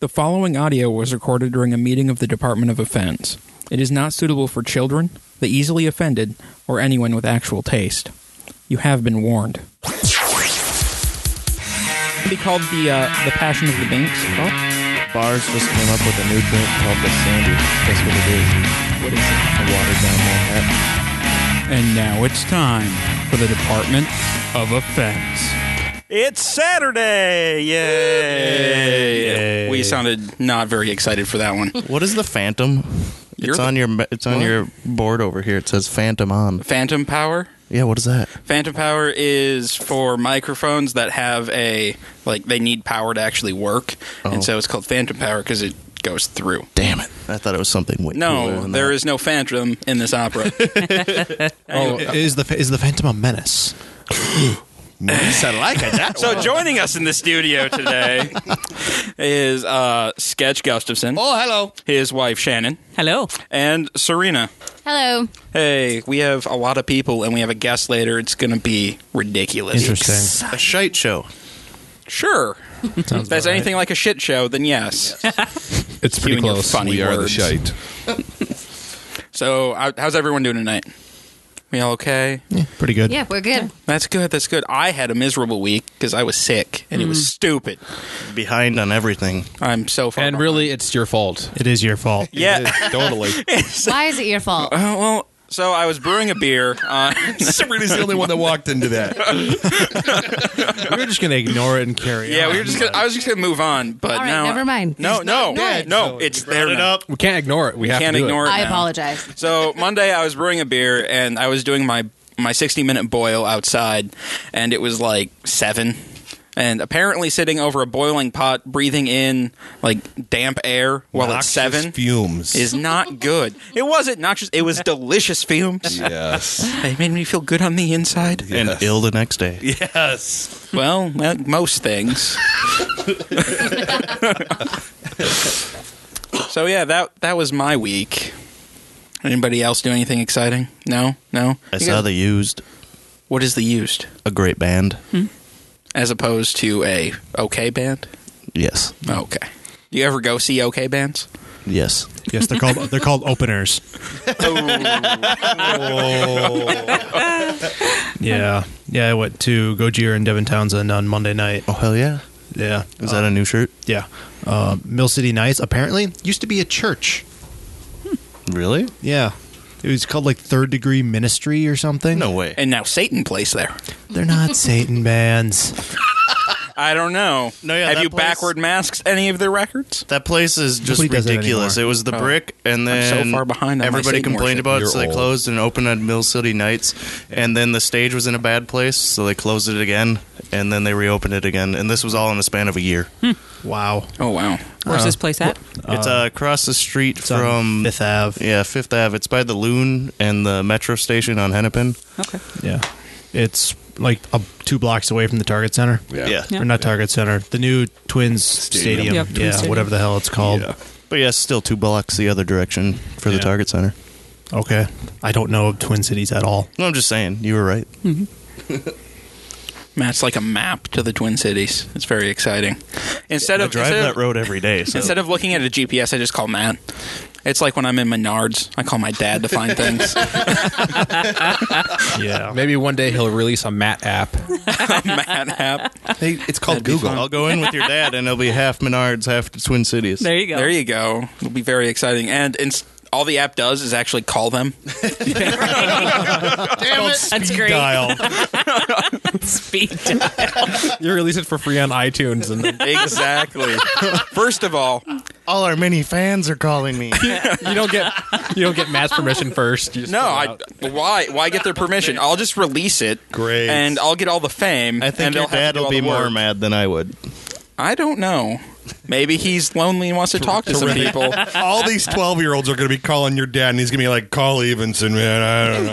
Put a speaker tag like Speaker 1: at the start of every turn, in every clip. Speaker 1: The following audio was recorded during a meeting of the Department of Offense. It is not suitable for children, the easily offended, or anyone with actual taste. You have been warned. Be called the uh, the Passion of the Oh. Binks.
Speaker 2: Bars just came up with a new drink called the Sandy. That's what it is. What is it? A watered down Manhattan.
Speaker 1: And now it's time for the Department of Offense.
Speaker 3: It's Saturday! Yay!
Speaker 1: We sounded not very excited for that one.
Speaker 2: What is the Phantom?
Speaker 1: You're
Speaker 2: it's
Speaker 1: the-
Speaker 2: on your it's on your board over here. It says Phantom on.
Speaker 1: Phantom power.
Speaker 2: Yeah, what is that?
Speaker 1: Phantom power is for microphones that have a like they need power to actually work, and so it's called phantom power because it goes through.
Speaker 2: Damn it! I thought it was something way. cooler
Speaker 1: No,
Speaker 2: than
Speaker 1: there
Speaker 2: that.
Speaker 1: is no phantom in this opera.
Speaker 4: Is the is the Phantom a menace?
Speaker 1: so joining us in the studio today is uh, Sketch Gustafson. Oh, hello. His wife Shannon
Speaker 5: Hello.
Speaker 1: and Serena.
Speaker 6: Hello.
Speaker 1: Hey, we have a lot of people, and we have a guest later. It's going to be ridiculous.
Speaker 2: a shite show.
Speaker 1: Sure. if that's anything like a shit show, then yes.
Speaker 7: It's pretty
Speaker 1: and your
Speaker 7: close.
Speaker 1: funny
Speaker 7: we are the
Speaker 1: words.
Speaker 7: shite.
Speaker 1: So, how- how's everyone doing tonight? We all okay?
Speaker 4: Pretty good.
Speaker 6: Yeah, we're good.
Speaker 1: That's good. That's good. I had a miserable week because I was sick and it was stupid.
Speaker 2: Behind on everything.
Speaker 1: I'm so far.
Speaker 7: And
Speaker 1: behind.
Speaker 7: really, it's your fault.
Speaker 4: It is your fault.
Speaker 1: yeah.
Speaker 7: totally.
Speaker 6: Why is it your fault?
Speaker 1: Uh, well, so I was brewing a beer. Uh,
Speaker 7: Sabrina's the only one that walked into that.
Speaker 4: We were just gonna ignore it and carry.
Speaker 1: yeah,
Speaker 4: on.
Speaker 1: we were just. Gonna, I was just gonna move on, but
Speaker 6: All right,
Speaker 1: now
Speaker 6: never mind.
Speaker 1: No,
Speaker 6: It's
Speaker 1: no,
Speaker 6: not
Speaker 1: no,
Speaker 6: dead,
Speaker 1: no. It's there now.
Speaker 7: We can't ignore it. We, have
Speaker 1: Can't
Speaker 7: to do
Speaker 1: ignore it.
Speaker 6: I
Speaker 1: now.
Speaker 6: apologize.
Speaker 1: So Monday, I was brewing a beer and I was doing my my 60 minute boil outside, and it was like seven. And apparently, sitting over a boiling pot, breathing in like damp air while it's seven
Speaker 7: fumes.
Speaker 1: is not good. It wasn't noxious. It was delicious fumes.
Speaker 7: yes.
Speaker 1: They made me feel good on the inside.
Speaker 2: And ill the next day.
Speaker 1: Well, like most things. so yeah, that that was my week. Anybody else do anything exciting? No, no.
Speaker 2: I
Speaker 1: You
Speaker 2: saw
Speaker 1: guys-
Speaker 2: they used
Speaker 1: What is the used
Speaker 2: a great band.
Speaker 1: as opposed to a okay band?
Speaker 2: Yes,
Speaker 1: Okay. Do you ever go see okay bands?
Speaker 2: yes.
Speaker 4: Yes, they're called they're called openers.
Speaker 1: Oh.
Speaker 4: Yeah, yeah. I went to Gogier and Devin Townsend on Monday night.
Speaker 2: Oh hell yeah!
Speaker 4: Yeah,
Speaker 2: Is that a new shirt?
Speaker 4: yeah. Uh, Mill City Nights apparently used to be a church.
Speaker 2: Really?
Speaker 4: Yeah, it was called like Third Degree Ministry or something.
Speaker 2: No way.
Speaker 1: And now Satan plays there.
Speaker 4: they're not Satan bands.
Speaker 1: I don't know.
Speaker 2: No, yeah,
Speaker 1: Have
Speaker 2: that
Speaker 1: you
Speaker 2: place-
Speaker 1: backward masked any of their records?
Speaker 2: That place is just
Speaker 4: Nobody does that
Speaker 2: ridiculous. It
Speaker 4: anymore.
Speaker 2: was the brick, and
Speaker 1: Oh. I'm so
Speaker 2: then
Speaker 1: far behind on my
Speaker 2: everybody
Speaker 1: Satan
Speaker 2: complained
Speaker 1: worship.
Speaker 2: about it,
Speaker 7: You're
Speaker 2: so they
Speaker 7: old.
Speaker 2: closed and opened on Mill City Nights. And then the stage was in a bad place, so they closed it again, and then they reopened it again. And this was all in the span of a year.
Speaker 1: Hmm.
Speaker 4: Wow.
Speaker 1: Oh wow.
Speaker 5: Where's this place at?
Speaker 2: it's uh, across the street
Speaker 4: It's on
Speaker 2: from
Speaker 4: Fifth Ave.
Speaker 2: Yeah, Fifth Ave. It's by the Loon and the Metro Station on Hennepin.
Speaker 5: Okay.
Speaker 4: Yeah. It's like a, two blocks away from the Target Center.
Speaker 2: Yeah.
Speaker 5: Yeah.
Speaker 4: Or not Target Center, the new Twins Stadium.
Speaker 5: Yeah,
Speaker 4: Yeah,
Speaker 5: Twins Stadium.
Speaker 4: whatever the hell it's called.
Speaker 2: But yeah, still two blocks the other direction for the
Speaker 4: Yeah.
Speaker 2: Target Center.
Speaker 4: Okay. I don't know of Twin Cities at all.
Speaker 2: No, I'm just saying, you were right.
Speaker 1: Matt's like a map to the Twin Cities. It's very exciting. Instead
Speaker 2: I
Speaker 1: of
Speaker 2: drive
Speaker 1: instead
Speaker 2: that
Speaker 1: of-
Speaker 2: road every day. So.
Speaker 1: Instead of looking at a GPS, I just call Matt. It's like when I'm in Menards, I call my dad to find things.
Speaker 4: Yeah.
Speaker 7: Maybe one day he'll release a Matt app.
Speaker 1: Matt app.
Speaker 7: Hey, it's called
Speaker 2: I'll go in with your dad, and it'll be half Menards, half the Twin Cities.
Speaker 5: There you go.
Speaker 1: There you go. It'll be very exciting. And ins- all the app does is actually call them.
Speaker 5: That's great.
Speaker 4: Dial.
Speaker 5: Speed.
Speaker 7: You release it for free on iTunes, and then
Speaker 1: exactly. First of all,
Speaker 2: All our many fans are calling me.
Speaker 7: you don't get you don't get Matt's permission first. You just
Speaker 1: no,
Speaker 7: fill it
Speaker 1: I
Speaker 7: out.
Speaker 1: why why get their permission? I'll just release it.
Speaker 2: Great.
Speaker 1: And I'll get all the fame.
Speaker 2: I think
Speaker 1: and
Speaker 2: your
Speaker 1: they'll have
Speaker 2: dad
Speaker 1: to do
Speaker 2: will
Speaker 1: all
Speaker 2: be
Speaker 1: the
Speaker 2: more
Speaker 1: work.
Speaker 2: mad than I would.
Speaker 1: I don't know. Maybe he's lonely and wants to talk to some people.
Speaker 8: all these 12 year olds are going to be calling your dad, and he's going to be like, call Evenson, man. I don't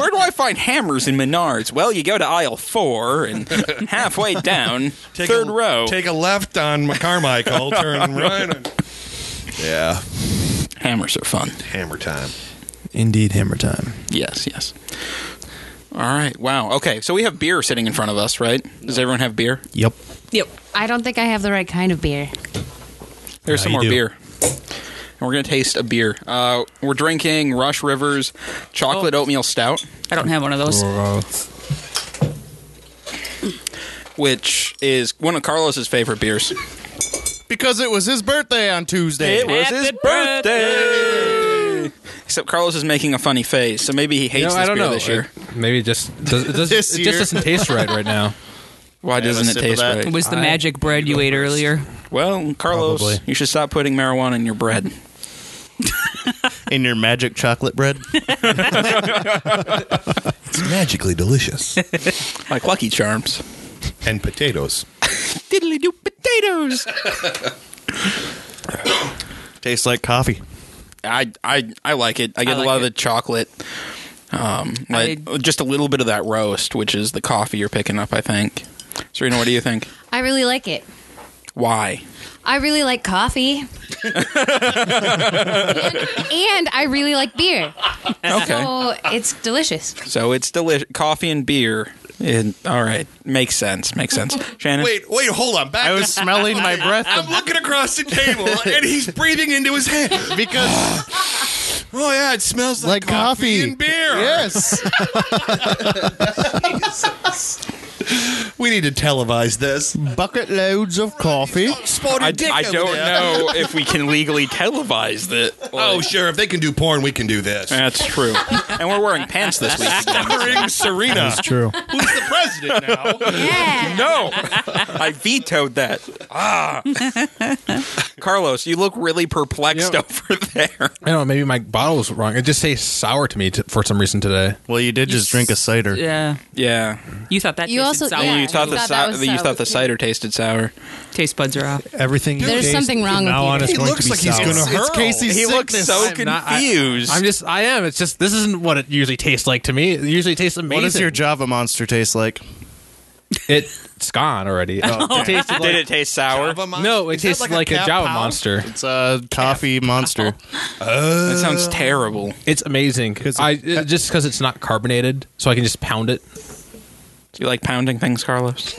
Speaker 1: Where do I find hammers in Menards? Well, you go to aisle four and halfway down, third
Speaker 8: a,
Speaker 1: row.
Speaker 8: Take a left on Carmichael, turn right. on-
Speaker 7: Yeah.
Speaker 1: Hammers are fun.
Speaker 8: Hammer time.
Speaker 4: Indeed, hammer time.
Speaker 1: Yes, yes. All right. Wow. Okay. So we have beer sitting in front of us, right? Does everyone have beer?
Speaker 4: Yep.
Speaker 5: Yep.
Speaker 6: I don't think I have the right kind of beer.
Speaker 1: There's
Speaker 4: Yeah,
Speaker 1: some
Speaker 4: you
Speaker 1: more
Speaker 4: do.
Speaker 1: beer. And we're going to taste a beer. Uh, we're drinking Rush Rivers Chocolate Oatmeal Stout,
Speaker 5: I don't have one of those.
Speaker 1: which is one of Carlos's favorite beers.
Speaker 2: Because it was his birthday on Tuesday.
Speaker 1: It was
Speaker 5: Happy
Speaker 1: his birthday. Except Carlos is making a funny face, so maybe he hates
Speaker 7: No,
Speaker 1: this
Speaker 7: I don't
Speaker 1: beer
Speaker 7: know.
Speaker 1: this year.
Speaker 7: It- maybe it just does, it does,
Speaker 2: This
Speaker 7: it
Speaker 2: year.
Speaker 7: just doesn't taste right right now.
Speaker 1: Why doesn't
Speaker 2: sip
Speaker 1: it
Speaker 2: of
Speaker 1: taste
Speaker 2: that.
Speaker 1: right?
Speaker 5: It was the magic bread you ate earlier.
Speaker 1: Well, Carlos,
Speaker 4: Probably.
Speaker 1: you should stop putting marijuana in your bread.
Speaker 2: In your magic chocolate bread.
Speaker 8: It's magically delicious.
Speaker 1: Like Lucky Charms.
Speaker 8: and potatoes.
Speaker 1: Diddly do potatoes.
Speaker 2: Tastes like coffee.
Speaker 1: I, I I like it. I get
Speaker 5: like
Speaker 1: a lot of
Speaker 5: it.
Speaker 1: the chocolate. Um, like,
Speaker 5: I-
Speaker 1: just a little bit of that roast, which is the coffee you're picking up, I think. Serena, what do you think?
Speaker 6: I really like it.
Speaker 1: Why?
Speaker 6: I really like coffee. and, and I really like beer.
Speaker 1: Okay.
Speaker 6: So it's delicious.
Speaker 1: So it's delicious. Coffee and beer. And, all right. Makes sense. Makes sense. Shannon?
Speaker 8: Wait, wait, hold on. Back
Speaker 2: I was smelling my breath
Speaker 8: I'm looking across the table and he's breathing into his head.
Speaker 2: because
Speaker 8: Oh yeah, it smells like,
Speaker 2: Like coffee.
Speaker 8: and beer.
Speaker 2: yes,
Speaker 8: We need to televise this.
Speaker 2: bucket loads of coffee.
Speaker 8: Sporty dick over there.
Speaker 1: know if we can legally televise it.
Speaker 8: Oh sure, if they can do porn, we can do this.
Speaker 1: That's true. And we're wearing pants this week.
Speaker 8: Starring Serena,
Speaker 4: It's true.
Speaker 8: who's the president now.
Speaker 6: Yeah.
Speaker 1: No, I vetoed that. Ah, Carlos, you look really perplexed
Speaker 7: Yep.
Speaker 1: over there.
Speaker 7: I don't know. Maybe my bottle was wrong. It just tastes sour to me t- for some reason today.
Speaker 2: Well, you did just drink a cider.
Speaker 5: Yeah.
Speaker 1: Yeah,
Speaker 5: You thought that
Speaker 6: You
Speaker 5: tasted
Speaker 6: also-
Speaker 5: sour.
Speaker 6: yeah.
Speaker 1: you thought the
Speaker 6: thought that
Speaker 1: si-
Speaker 6: was
Speaker 1: you
Speaker 6: sour,
Speaker 1: thought the
Speaker 6: too.
Speaker 1: cider tasted sour.
Speaker 5: Taste buds are off.
Speaker 4: Everything. you
Speaker 6: There's
Speaker 4: taste
Speaker 6: something wrong
Speaker 4: from
Speaker 6: with
Speaker 4: now
Speaker 6: you.
Speaker 4: on is
Speaker 8: He
Speaker 4: going
Speaker 8: looks
Speaker 4: to be
Speaker 8: like he's
Speaker 4: sour.
Speaker 8: gonna hurl.
Speaker 2: It's Casey's
Speaker 1: He looks
Speaker 2: sickness.
Speaker 1: so
Speaker 7: I'm not- I-
Speaker 1: confused.
Speaker 7: I'm just. I am. It's just. This isn't what it usually tastes like to me. It usually tastes amazing.
Speaker 2: What does your Java monster taste like?
Speaker 7: It, it's gone already. It tasted
Speaker 1: Oh, Did
Speaker 7: like-
Speaker 1: it taste sour?
Speaker 7: No, it
Speaker 2: Is that
Speaker 7: tastes
Speaker 2: like
Speaker 7: like,
Speaker 2: a
Speaker 7: a,
Speaker 2: cat
Speaker 7: Java
Speaker 2: pow?
Speaker 7: monster.
Speaker 2: It's a coffee monster.
Speaker 1: That sounds terrible.
Speaker 7: It's amazing. I it- just because it's not carbonated, so I can just pound it.
Speaker 1: Do you like pounding things, Carlos?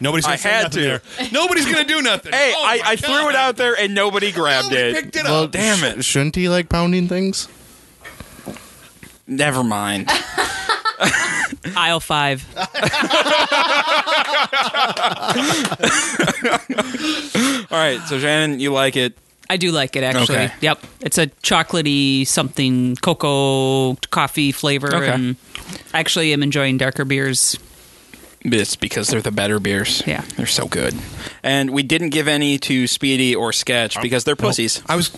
Speaker 8: Nobody's gonna
Speaker 1: I
Speaker 8: say
Speaker 1: had
Speaker 8: nothing
Speaker 1: to.
Speaker 8: there. Nobody's gonna do nothing.
Speaker 1: Hey,
Speaker 8: Oh,
Speaker 1: I,
Speaker 8: my
Speaker 1: I threw
Speaker 8: God.
Speaker 1: it out there and nobody grabbed
Speaker 8: Nobody
Speaker 1: it.
Speaker 8: picked it
Speaker 2: Well,
Speaker 8: up.
Speaker 1: Oh, damn
Speaker 2: sh-
Speaker 1: it.
Speaker 2: Shouldn't he like pounding things?
Speaker 1: Never mind.
Speaker 5: Aisle five.
Speaker 1: All right, so Shannon, you like it?
Speaker 5: I do like it actually.
Speaker 1: Okay.
Speaker 5: Yep. It's a chocolatey something cocoa coffee flavor
Speaker 1: Okay.
Speaker 5: and I actually am enjoying darker beers.
Speaker 1: It's because they're the better beers.
Speaker 5: Yeah.
Speaker 1: they're so good. And we didn't give any to Speedy or Sketch because they're pussies.
Speaker 8: I was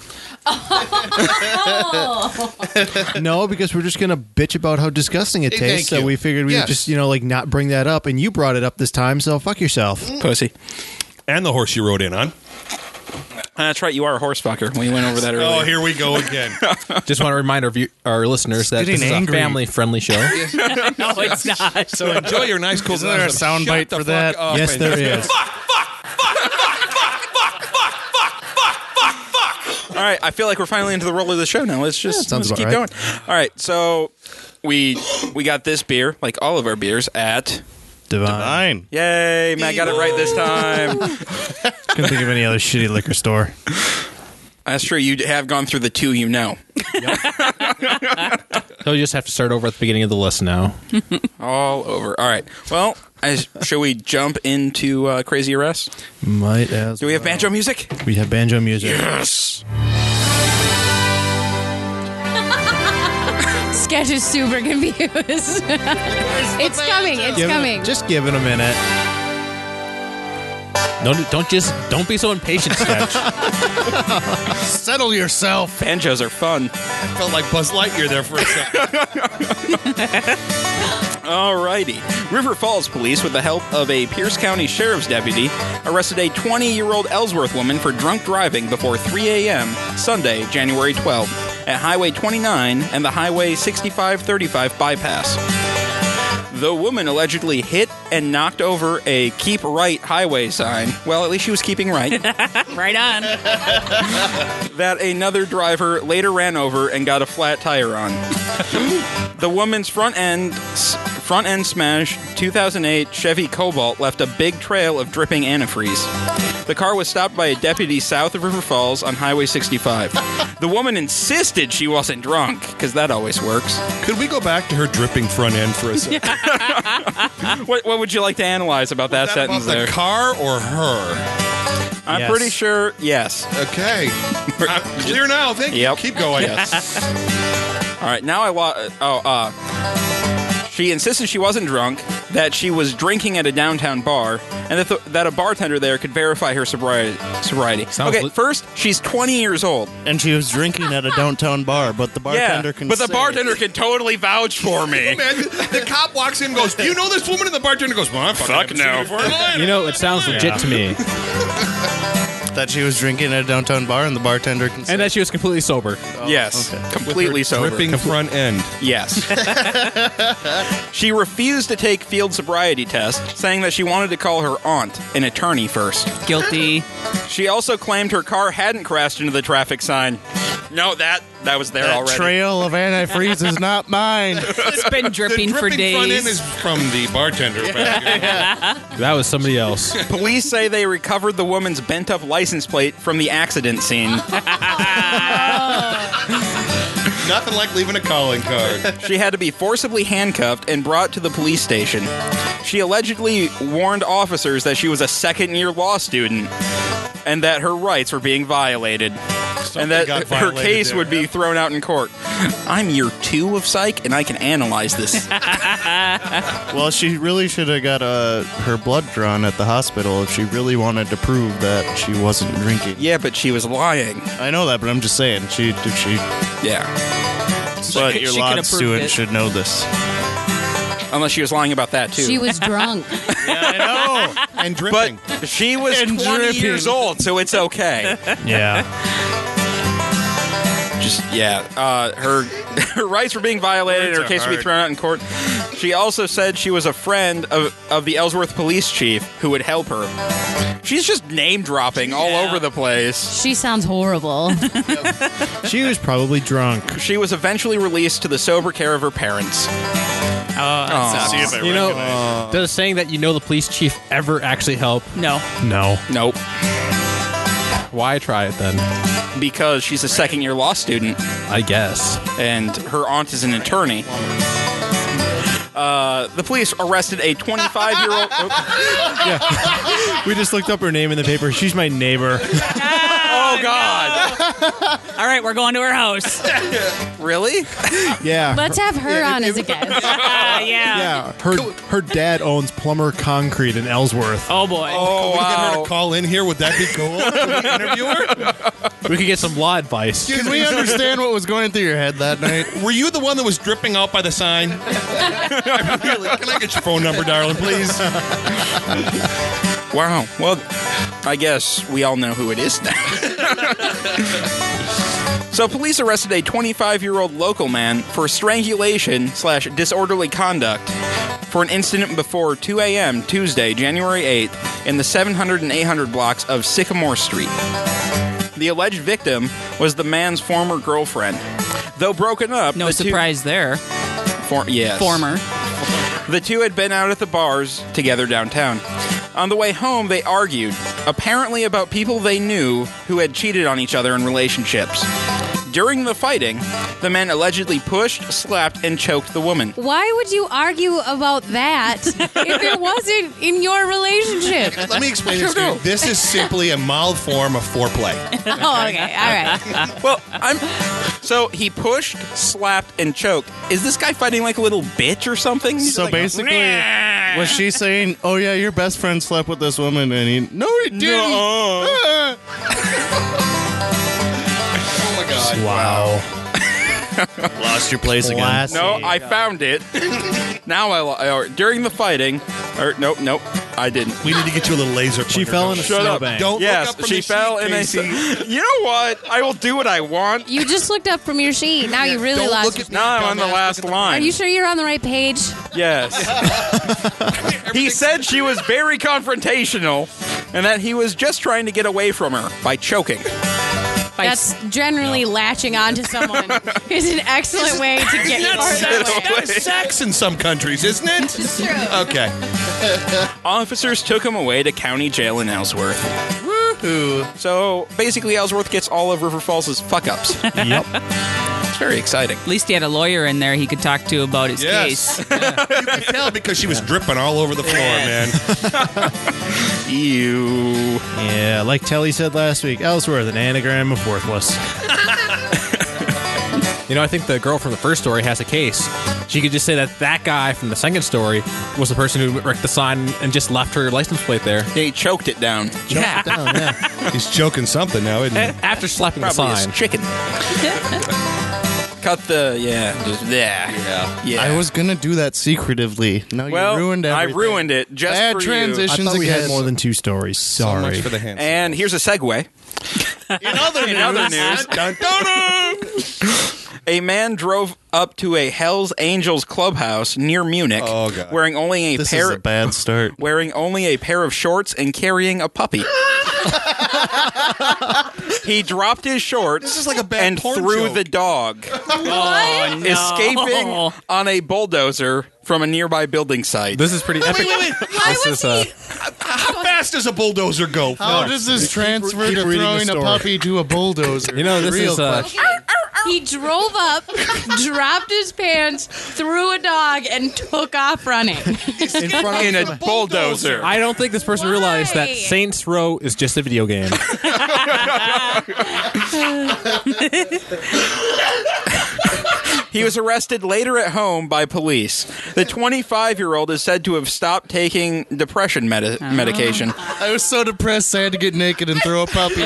Speaker 4: No, because we're just gonna bitch about how disgusting it
Speaker 8: Hey,
Speaker 4: tastes. So
Speaker 8: thank you.
Speaker 4: we figured we
Speaker 8: Yes.
Speaker 4: would just you know like not bring that up, and you brought it up this time. So fuck yourself.
Speaker 1: Pussy.
Speaker 8: and the horse you rode in on.
Speaker 1: Uh, That's right. You are a horse fucker. We went over that earlier.
Speaker 8: Oh, here we go again.
Speaker 7: Just want to remind our view- our listeners that this
Speaker 2: getting
Speaker 7: is a
Speaker 2: angry.
Speaker 7: family friendly show.
Speaker 5: No, it's not.
Speaker 8: So enjoy your nice cool.
Speaker 2: Isn't there a
Speaker 8: glass of-
Speaker 2: sound
Speaker 8: Shut
Speaker 2: bite
Speaker 8: the
Speaker 2: for
Speaker 8: fuck
Speaker 2: that?
Speaker 8: up
Speaker 4: yes,
Speaker 8: and-
Speaker 4: there is.
Speaker 1: All right. I feel like we're finally into the roll of the show now. Let's just
Speaker 4: Yeah,
Speaker 1: let's
Speaker 4: sounds
Speaker 1: keep going.
Speaker 4: about
Speaker 1: All right. So we we got this beer, like all of our beers, at
Speaker 4: Divine.
Speaker 2: Fine.
Speaker 1: yay! Matt got it right this time.
Speaker 4: Couldn't think of any other shitty liquor store.
Speaker 1: That's true. You have gone through the two. You know.
Speaker 7: So you just have to start over at the beginning of the list now.
Speaker 1: All over. All right. Well, I, shall we jump into uh, Crazy Arrest?
Speaker 4: Might as.
Speaker 1: Do we have banjo music?
Speaker 4: We have banjo music.
Speaker 1: Yes.
Speaker 6: Sketch is super confused. it's coming. It's
Speaker 4: Give it-
Speaker 6: coming.
Speaker 4: just give it a minute.
Speaker 7: Don't don't just don't be so impatient, Sketch.
Speaker 2: Settle yourself.
Speaker 1: Banjos are fun.
Speaker 8: I felt like Buzz Lightyear there for a second.
Speaker 1: Alrighty. River Falls police, with the help of a Pierce County Sheriff's deputy, arrested a 20 year old Ellsworth woman for drunk driving before 3 a.m. Sunday, January 12th, at Highway 29 and the Highway 6535 bypass. The woman allegedly hit and knocked over a keep right highway sign. Well, at least she was keeping right.
Speaker 5: Right on.
Speaker 1: that another driver later ran over and got a flat tire on. the woman's front end s- front end smash, 2008 Chevy Cobalt left a big trail of dripping antifreeze. The car was stopped by a deputy south of River Falls on Highway 65. the woman insisted she wasn't drunk, because that always works.
Speaker 8: Could we go back to her dripping front end for a second?
Speaker 1: What, what would you like to analyze about that,
Speaker 8: Is that about
Speaker 1: sentence there?
Speaker 8: the car or her?
Speaker 1: I'm
Speaker 4: Yes.
Speaker 1: pretty sure, yes.
Speaker 8: Okay. I'm clear now. Thank you.
Speaker 1: Yep.
Speaker 8: Keep going.
Speaker 1: All right, now I want. Oh, uh. She insisted she wasn't drunk, that she was drinking at a downtown bar, and that, th- that a bartender there could verify her sobriety. sobriety.
Speaker 7: Sounds
Speaker 1: okay,
Speaker 7: li-
Speaker 1: first, she's 20 years old.
Speaker 2: And she was drinking at a downtown bar, but the bartender
Speaker 1: yeah,
Speaker 2: can
Speaker 1: but the
Speaker 2: say-
Speaker 1: bartender can totally vouch for me.
Speaker 8: Man, the cop walks in and goes, Do you know this woman? And the bartender goes, Well, I fucking
Speaker 1: Fuck
Speaker 8: haven't seen
Speaker 1: no.
Speaker 8: her before in my life."
Speaker 7: You know, it sounds legit to me.
Speaker 2: that she was drinking at a downtown bar, and the bartender can say-
Speaker 7: And that she was completely sober.
Speaker 1: yes,
Speaker 7: Oh,
Speaker 1: completely sober.
Speaker 8: Dripping front end.
Speaker 1: Yes. she refused to take field sobriety test, saying that she wanted to call her aunt, an attorney, first.
Speaker 5: Guilty.
Speaker 1: She also claimed her car hadn't crashed into the traffic sign. No, that that was there
Speaker 2: that
Speaker 1: already.
Speaker 2: trail of antifreeze is not mine.
Speaker 5: It's been dripping
Speaker 8: the
Speaker 5: for
Speaker 8: dripping front
Speaker 5: days.
Speaker 8: end is from the bartender. back.
Speaker 7: That was somebody else.
Speaker 1: Police say they recovered the woman's bent up license plate from the accident scene.
Speaker 8: Nothing like leaving a calling card.
Speaker 1: She had to be forcibly handcuffed and brought to the police station. She allegedly warned officers that she was a second year law student and that her rights were being violated. and that
Speaker 8: got
Speaker 1: her
Speaker 8: violated
Speaker 1: case
Speaker 8: there.
Speaker 1: would be thrown out in court. I'm year two of psych and I can analyze this.
Speaker 2: well, she really should have got uh, her blood drawn at the hospital if she really wanted to prove that she wasn't drinking.
Speaker 1: yeah, but she was lying.
Speaker 2: I know that, but I'm just saying, she if she
Speaker 1: Yeah.
Speaker 2: but
Speaker 5: could-
Speaker 2: your
Speaker 5: she could
Speaker 2: law
Speaker 5: have proved
Speaker 2: student
Speaker 5: it.
Speaker 2: should know this.
Speaker 1: Unless she was lying about that too.
Speaker 6: She was drunk.
Speaker 8: I know. And
Speaker 1: but
Speaker 8: dripping.
Speaker 1: she was 20 years old, so it's okay.
Speaker 4: Yeah.
Speaker 1: just yeah uh, her her rights were being violated and her
Speaker 8: Words are
Speaker 1: case would be
Speaker 8: hard.
Speaker 1: thrown out in court she also said she was a friend of, of the ellsworth police chief who would help her she's just name dropping all over the place
Speaker 6: She sounds horrible.
Speaker 4: She was probably drunk.
Speaker 1: she was eventually released to the sober care of her parents
Speaker 5: Oh,
Speaker 8: See
Speaker 5: that
Speaker 8: if I
Speaker 7: You know, uh,
Speaker 8: recognize-
Speaker 7: does saying that you know the police chief ever actually help?
Speaker 5: sucks. No.
Speaker 4: No.
Speaker 1: nope
Speaker 7: Why try it then?
Speaker 1: because she's a second year law student
Speaker 7: I guess.
Speaker 1: and her aunt is an attorney uh, the police arrested a 25 year old oh
Speaker 4: We just looked up her name in the paper. She's my neighbor.
Speaker 1: god
Speaker 5: All right, we're going to her house. Uh,
Speaker 1: really
Speaker 9: Yeah.
Speaker 6: Let's have her on as a guest.
Speaker 5: yeah.
Speaker 9: yeah, her her dad owns Plumber Concrete in Ellsworth.
Speaker 5: Oh boy.
Speaker 1: oh
Speaker 8: we get her
Speaker 1: wow
Speaker 8: to call in here. Would that be cool? Could we interview her?
Speaker 4: We could get some law advice.
Speaker 2: Can we understand what was going through your head that night?
Speaker 8: Were you the one that was dripping out by the sign? really? Can I get your phone number, darling, please?
Speaker 1: Wow. Well, I guess we all know who it is now. so, police arrested a 25-year-old local man for strangulation slash disorderly conduct for an incident before 2 a.m. Tuesday, January 8th, in the 700 and 800 blocks of Sycamore Street. The alleged victim was the man's former girlfriend. Though broken up,
Speaker 5: No
Speaker 1: the two-
Speaker 5: surprise there.
Speaker 1: for- yes.
Speaker 5: Former.
Speaker 1: The two had been out at the bars together downtown. On the way home, they argued, apparently about people they knew who had cheated on each other in relationships. During the fighting, the men allegedly pushed, slapped, and choked the woman.
Speaker 6: Why would you argue about that if it wasn't in your relationship?
Speaker 8: Let me explain this to you. This is simply a mild form of foreplay.
Speaker 6: Oh, okay. All right.
Speaker 1: Well, I'm. So he pushed, slapped, and choked. Is this guy fighting like a little bitch or something? He's
Speaker 2: So
Speaker 1: like,
Speaker 2: basically, was she saying, "Oh yeah, your best friend slept with this woman," and he, "No, he didn't." Oh
Speaker 4: Wow.
Speaker 2: Lost your place again.
Speaker 1: No, I found it. now I. li- Or, during the fighting. Or, nope, nope, I didn't.
Speaker 8: We need to get you a little laser.
Speaker 4: She
Speaker 8: pointer
Speaker 4: fell in a
Speaker 8: going.
Speaker 4: snowbank.
Speaker 8: Don't
Speaker 1: Yes,
Speaker 8: look up from
Speaker 1: she
Speaker 8: the
Speaker 1: fell
Speaker 8: sheet,
Speaker 1: in a.
Speaker 8: Casey.
Speaker 1: You know what? I will do what I want.
Speaker 6: You just looked up from your sheet. Now you really
Speaker 8: Don't
Speaker 6: lost.
Speaker 8: look
Speaker 6: your-
Speaker 8: at me,
Speaker 1: Now I'm on the
Speaker 8: dumbass.
Speaker 1: last
Speaker 6: Are
Speaker 1: line.
Speaker 6: you sure you're on the right page?
Speaker 1: Yes. he said she was very confrontational and that he was just trying to get away from her by choking.
Speaker 5: by
Speaker 10: That's generally latching onto someone is an excellent way to get you
Speaker 8: That's
Speaker 10: farther
Speaker 8: sex.
Speaker 10: away.
Speaker 8: That's sex in some countries, isn't it?
Speaker 10: It's true.
Speaker 8: Okay.
Speaker 1: Officers took him away to county jail in Ellsworth. Woohoo! So basically, Ellsworth gets all of River Falls' fuck ups.
Speaker 11: Yep.
Speaker 1: it's very exciting.
Speaker 5: At least he had a lawyer in there he could talk to about his
Speaker 8: Yes.
Speaker 5: case.
Speaker 8: You could tell because she was dripping all over the floor, man.
Speaker 1: Ew.
Speaker 11: yeah, like Telly said last week, Ellsworth, an anagram of worthless.
Speaker 7: You know, I think the girl from the first story has a case. She could just say that that guy from the second story was the person who wrecked the sign and just left her license plate there
Speaker 1: They choked it down.
Speaker 7: Down, yeah.
Speaker 8: He's choking something now, isn't he?
Speaker 7: after slapping the
Speaker 1: Probably
Speaker 7: sign.
Speaker 1: is chicken. Cut the yeah. Just, yeah. Yeah.
Speaker 2: I was gonna do that secretively. No,
Speaker 1: Well,
Speaker 2: you ruined
Speaker 1: I
Speaker 2: everything.
Speaker 1: ruined it just
Speaker 2: Bad
Speaker 1: for you.
Speaker 2: transitions
Speaker 4: I thought we
Speaker 2: again.
Speaker 4: had more than two stories.
Speaker 8: So
Speaker 4: Sorry.
Speaker 8: much for the hands.
Speaker 1: And here's a segue.
Speaker 8: in other news,
Speaker 1: other news.
Speaker 8: Dun, dun, dun.
Speaker 1: A man drove up to a Hell's Angels clubhouse near Munich,
Speaker 8: Oh, God.
Speaker 1: wearing only a
Speaker 2: this
Speaker 1: pair
Speaker 2: is a bad start.
Speaker 1: wearing only a pair of shorts and carrying a puppy. he dropped his shorts
Speaker 8: This is like a bad
Speaker 1: and
Speaker 8: porn
Speaker 1: threw
Speaker 8: joke.
Speaker 1: the dog,
Speaker 5: Oh, no.
Speaker 1: escaping on a bulldozer from a nearby building site.
Speaker 7: This is pretty epic.
Speaker 8: Wait, wait, wait.
Speaker 10: Why
Speaker 7: This
Speaker 10: was
Speaker 7: is, uh,
Speaker 10: he?
Speaker 8: How fast does a bulldozer go?
Speaker 2: How does Oh, this transfer
Speaker 4: keep
Speaker 2: to
Speaker 4: reading the
Speaker 2: throwing a
Speaker 4: story.
Speaker 2: puppy to a bulldozer?
Speaker 7: You know, this
Speaker 2: Real
Speaker 7: is uh,
Speaker 2: question.
Speaker 10: He drove up, dropped his pants, threw a dog, and took off running.
Speaker 4: in front of
Speaker 1: in a
Speaker 4: the-
Speaker 1: bulldozer.
Speaker 7: I don't think this person
Speaker 10: Why?
Speaker 7: realized that Saints Row is just a video game.
Speaker 1: He was arrested later at home by police. The 25 year old is said to have stopped taking depression medi- medication.
Speaker 2: I was so depressed I had to get naked and throw a puppy.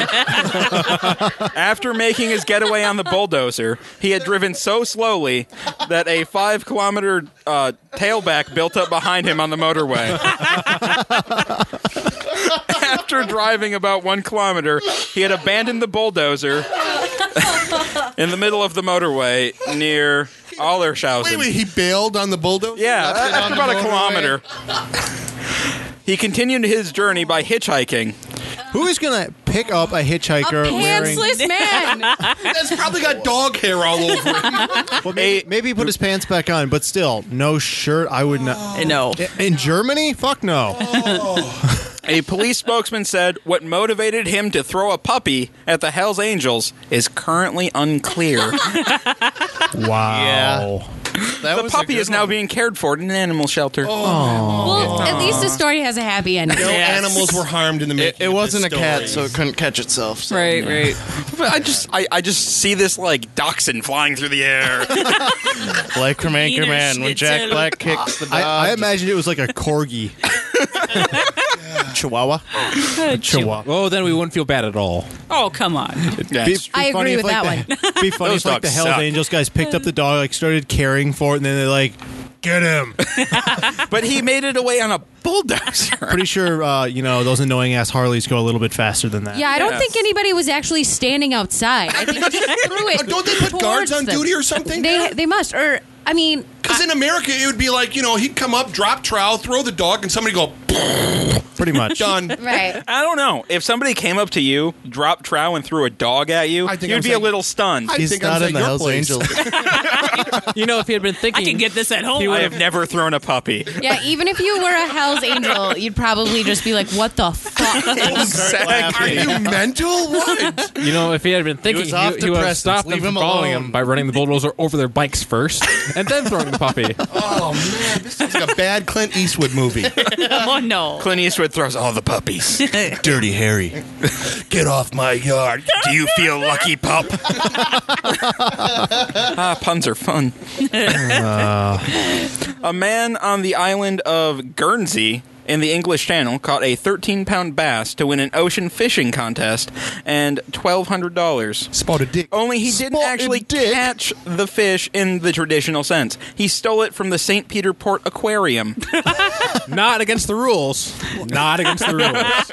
Speaker 1: After making his getaway on the bulldozer, he had driven so slowly that a five kilometer uh, tailback built up behind him on the motorway. After driving about one kilometer, he had abandoned the bulldozer in the middle of the motorway near Allershausen.
Speaker 8: Wait, wait, he bailed on the bulldozer?
Speaker 1: Yeah,
Speaker 2: Left it on
Speaker 1: after about
Speaker 2: the
Speaker 1: a
Speaker 2: motorway.
Speaker 1: kilometer. he continued his journey by hitchhiking.
Speaker 4: Who is going to pick up a
Speaker 10: A
Speaker 4: hitchhiker wearing?
Speaker 10: pantsless man.
Speaker 8: That's probably got dog hair all over it.
Speaker 4: Well, maybe, maybe he put his pants back on, but still, no shirt. I would not.
Speaker 5: No.
Speaker 4: In Germany? Fuck no.
Speaker 1: A police spokesman said what motivated him to throw a puppy at the Hells Angels is currently unclear.
Speaker 4: Wow.
Speaker 2: That
Speaker 1: the
Speaker 2: was a
Speaker 1: puppy
Speaker 2: good
Speaker 1: is now
Speaker 2: one.
Speaker 1: being cared for in an animal shelter.
Speaker 10: Well, at least the story has a happy ending.
Speaker 8: No
Speaker 5: Yes.
Speaker 8: animals were harmed in the
Speaker 2: It,
Speaker 8: making.
Speaker 2: it
Speaker 8: of
Speaker 2: wasn't a
Speaker 8: this
Speaker 2: cat, so
Speaker 8: story.
Speaker 2: it couldn't catch itself. so-
Speaker 5: Right, right.
Speaker 1: But I just I, I just see this like dachshund flying through the air.
Speaker 2: Like from Anchorman when Jack
Speaker 5: Schnitzel.
Speaker 2: Black kicks the dog.
Speaker 4: I, I imagined it was like a corgi.
Speaker 2: Chihuahua.
Speaker 4: Chihuahua.
Speaker 7: Oh, then we wouldn't feel bad at all.
Speaker 5: Oh, come on.
Speaker 1: Yeah,
Speaker 4: Be-
Speaker 1: it's-
Speaker 4: be
Speaker 10: I agree
Speaker 4: funny if,
Speaker 10: with
Speaker 4: like,
Speaker 10: that
Speaker 4: the- Be funny
Speaker 1: Those
Speaker 4: if like the
Speaker 1: dogs
Speaker 4: Hell's
Speaker 1: suck.
Speaker 4: Angels guys picked up the dog, like started caring for it, and then they're like, "Get him!"
Speaker 1: but he made it away on a bulldozer.
Speaker 4: Pretty sure, uh, you know, those annoying ass Harleys go a little bit faster than that.
Speaker 10: Yeah, I don't
Speaker 1: Yes.
Speaker 10: think anybody was actually standing outside. I think he just threw it.
Speaker 8: Uh, Don't they put guards
Speaker 10: towards
Speaker 8: on
Speaker 10: them.
Speaker 8: duty or something?
Speaker 10: They they must. Or I mean,
Speaker 8: Because in America, it would be like, you know, he'd come up, drop trowel, throw the dog, and somebody go,
Speaker 4: Pretty much.
Speaker 8: done.
Speaker 10: right?
Speaker 1: I don't know. If somebody came up to you, dropped trow and threw a dog at you,
Speaker 8: I think
Speaker 1: you'd
Speaker 8: I'm
Speaker 1: be a
Speaker 8: saying-
Speaker 1: little stunned.
Speaker 8: I
Speaker 2: He's
Speaker 8: think
Speaker 2: not
Speaker 8: I'm
Speaker 2: in the Hells
Speaker 8: Hells
Speaker 2: Angels.
Speaker 7: You know, if he had been
Speaker 5: I
Speaker 7: thinking,
Speaker 5: can get this at home.
Speaker 7: He
Speaker 1: I
Speaker 7: would
Speaker 1: have never thrown a puppy.
Speaker 10: Yeah, even if you were a Hell's Angel, you'd probably just be like, "What the fuck?"
Speaker 8: Are
Speaker 1: Exactly.
Speaker 8: you mental? What?
Speaker 7: you know, if he had been thinking,
Speaker 2: was
Speaker 7: he,
Speaker 2: off
Speaker 7: he, would have
Speaker 2: depressants.
Speaker 7: stopped them
Speaker 2: Leave
Speaker 7: from
Speaker 2: him
Speaker 7: following
Speaker 2: alone.
Speaker 7: him by running the bulldozer over their bikes first and then throwing the puppy.
Speaker 8: Oh, man. This is like a bad Clint Eastwood movie.
Speaker 5: Oh, no.
Speaker 1: Clint Eastwood throws all the puppies.
Speaker 8: Dirty Harry. Get off my yard.
Speaker 1: Do you feel lucky, pup? ah, puns are fun. a man on the island of Guernsey in the English Channel caught a 13 pound bass to win an ocean fishing contest and $1,200.
Speaker 8: Spot a dick.
Speaker 1: Only he didn't
Speaker 4: Spotted
Speaker 1: actually
Speaker 4: dick.
Speaker 1: catch the fish in the traditional sense. He stole it from the St. Peter Port Aquarium.
Speaker 7: Not against the rules. Not against the rules.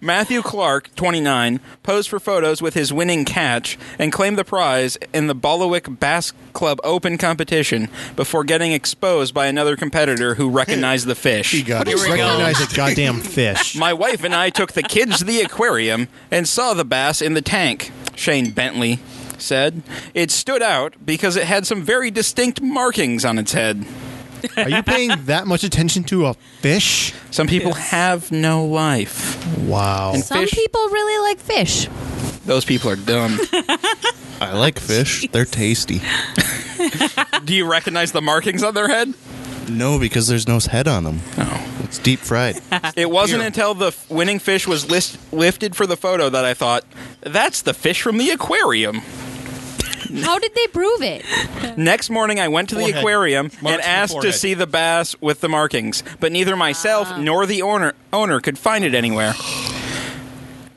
Speaker 1: Matthew Clark, 29, posed for photos with his winning catch and claimed the prize in the Bolowick Bass Club Open competition before getting exposed by another competitor who recognized the
Speaker 4: He
Speaker 1: fish.
Speaker 4: got it. Recognize a goddamn fish.
Speaker 1: My wife and I took the kids to the aquarium and saw the bass in the tank. Shane Bentley said, it stood out because it had some very distinct markings on its head.
Speaker 9: Are you paying that much attention to a fish?
Speaker 1: Some people have no life.
Speaker 9: Wow.
Speaker 1: And
Speaker 10: Some
Speaker 1: fish,
Speaker 10: people really like fish.
Speaker 1: those people are dumb.
Speaker 2: I like fish. They're tasty.
Speaker 1: Do you recognize the markings on their head?
Speaker 2: No, because there's no head on them. Oh. It's deep fried.
Speaker 1: It wasn't until the f- winning fish was list- lifted for the photo that I thought, that's the fish from the aquarium.
Speaker 10: How did they prove it?
Speaker 1: Next morning, I went to the
Speaker 8: Forehead.
Speaker 1: aquarium
Speaker 8: Marks on
Speaker 1: and
Speaker 8: the
Speaker 1: asked to
Speaker 8: forehead.
Speaker 1: see the bass with the markings, but neither
Speaker 5: Ah.
Speaker 1: myself nor the owner owner could find it anywhere.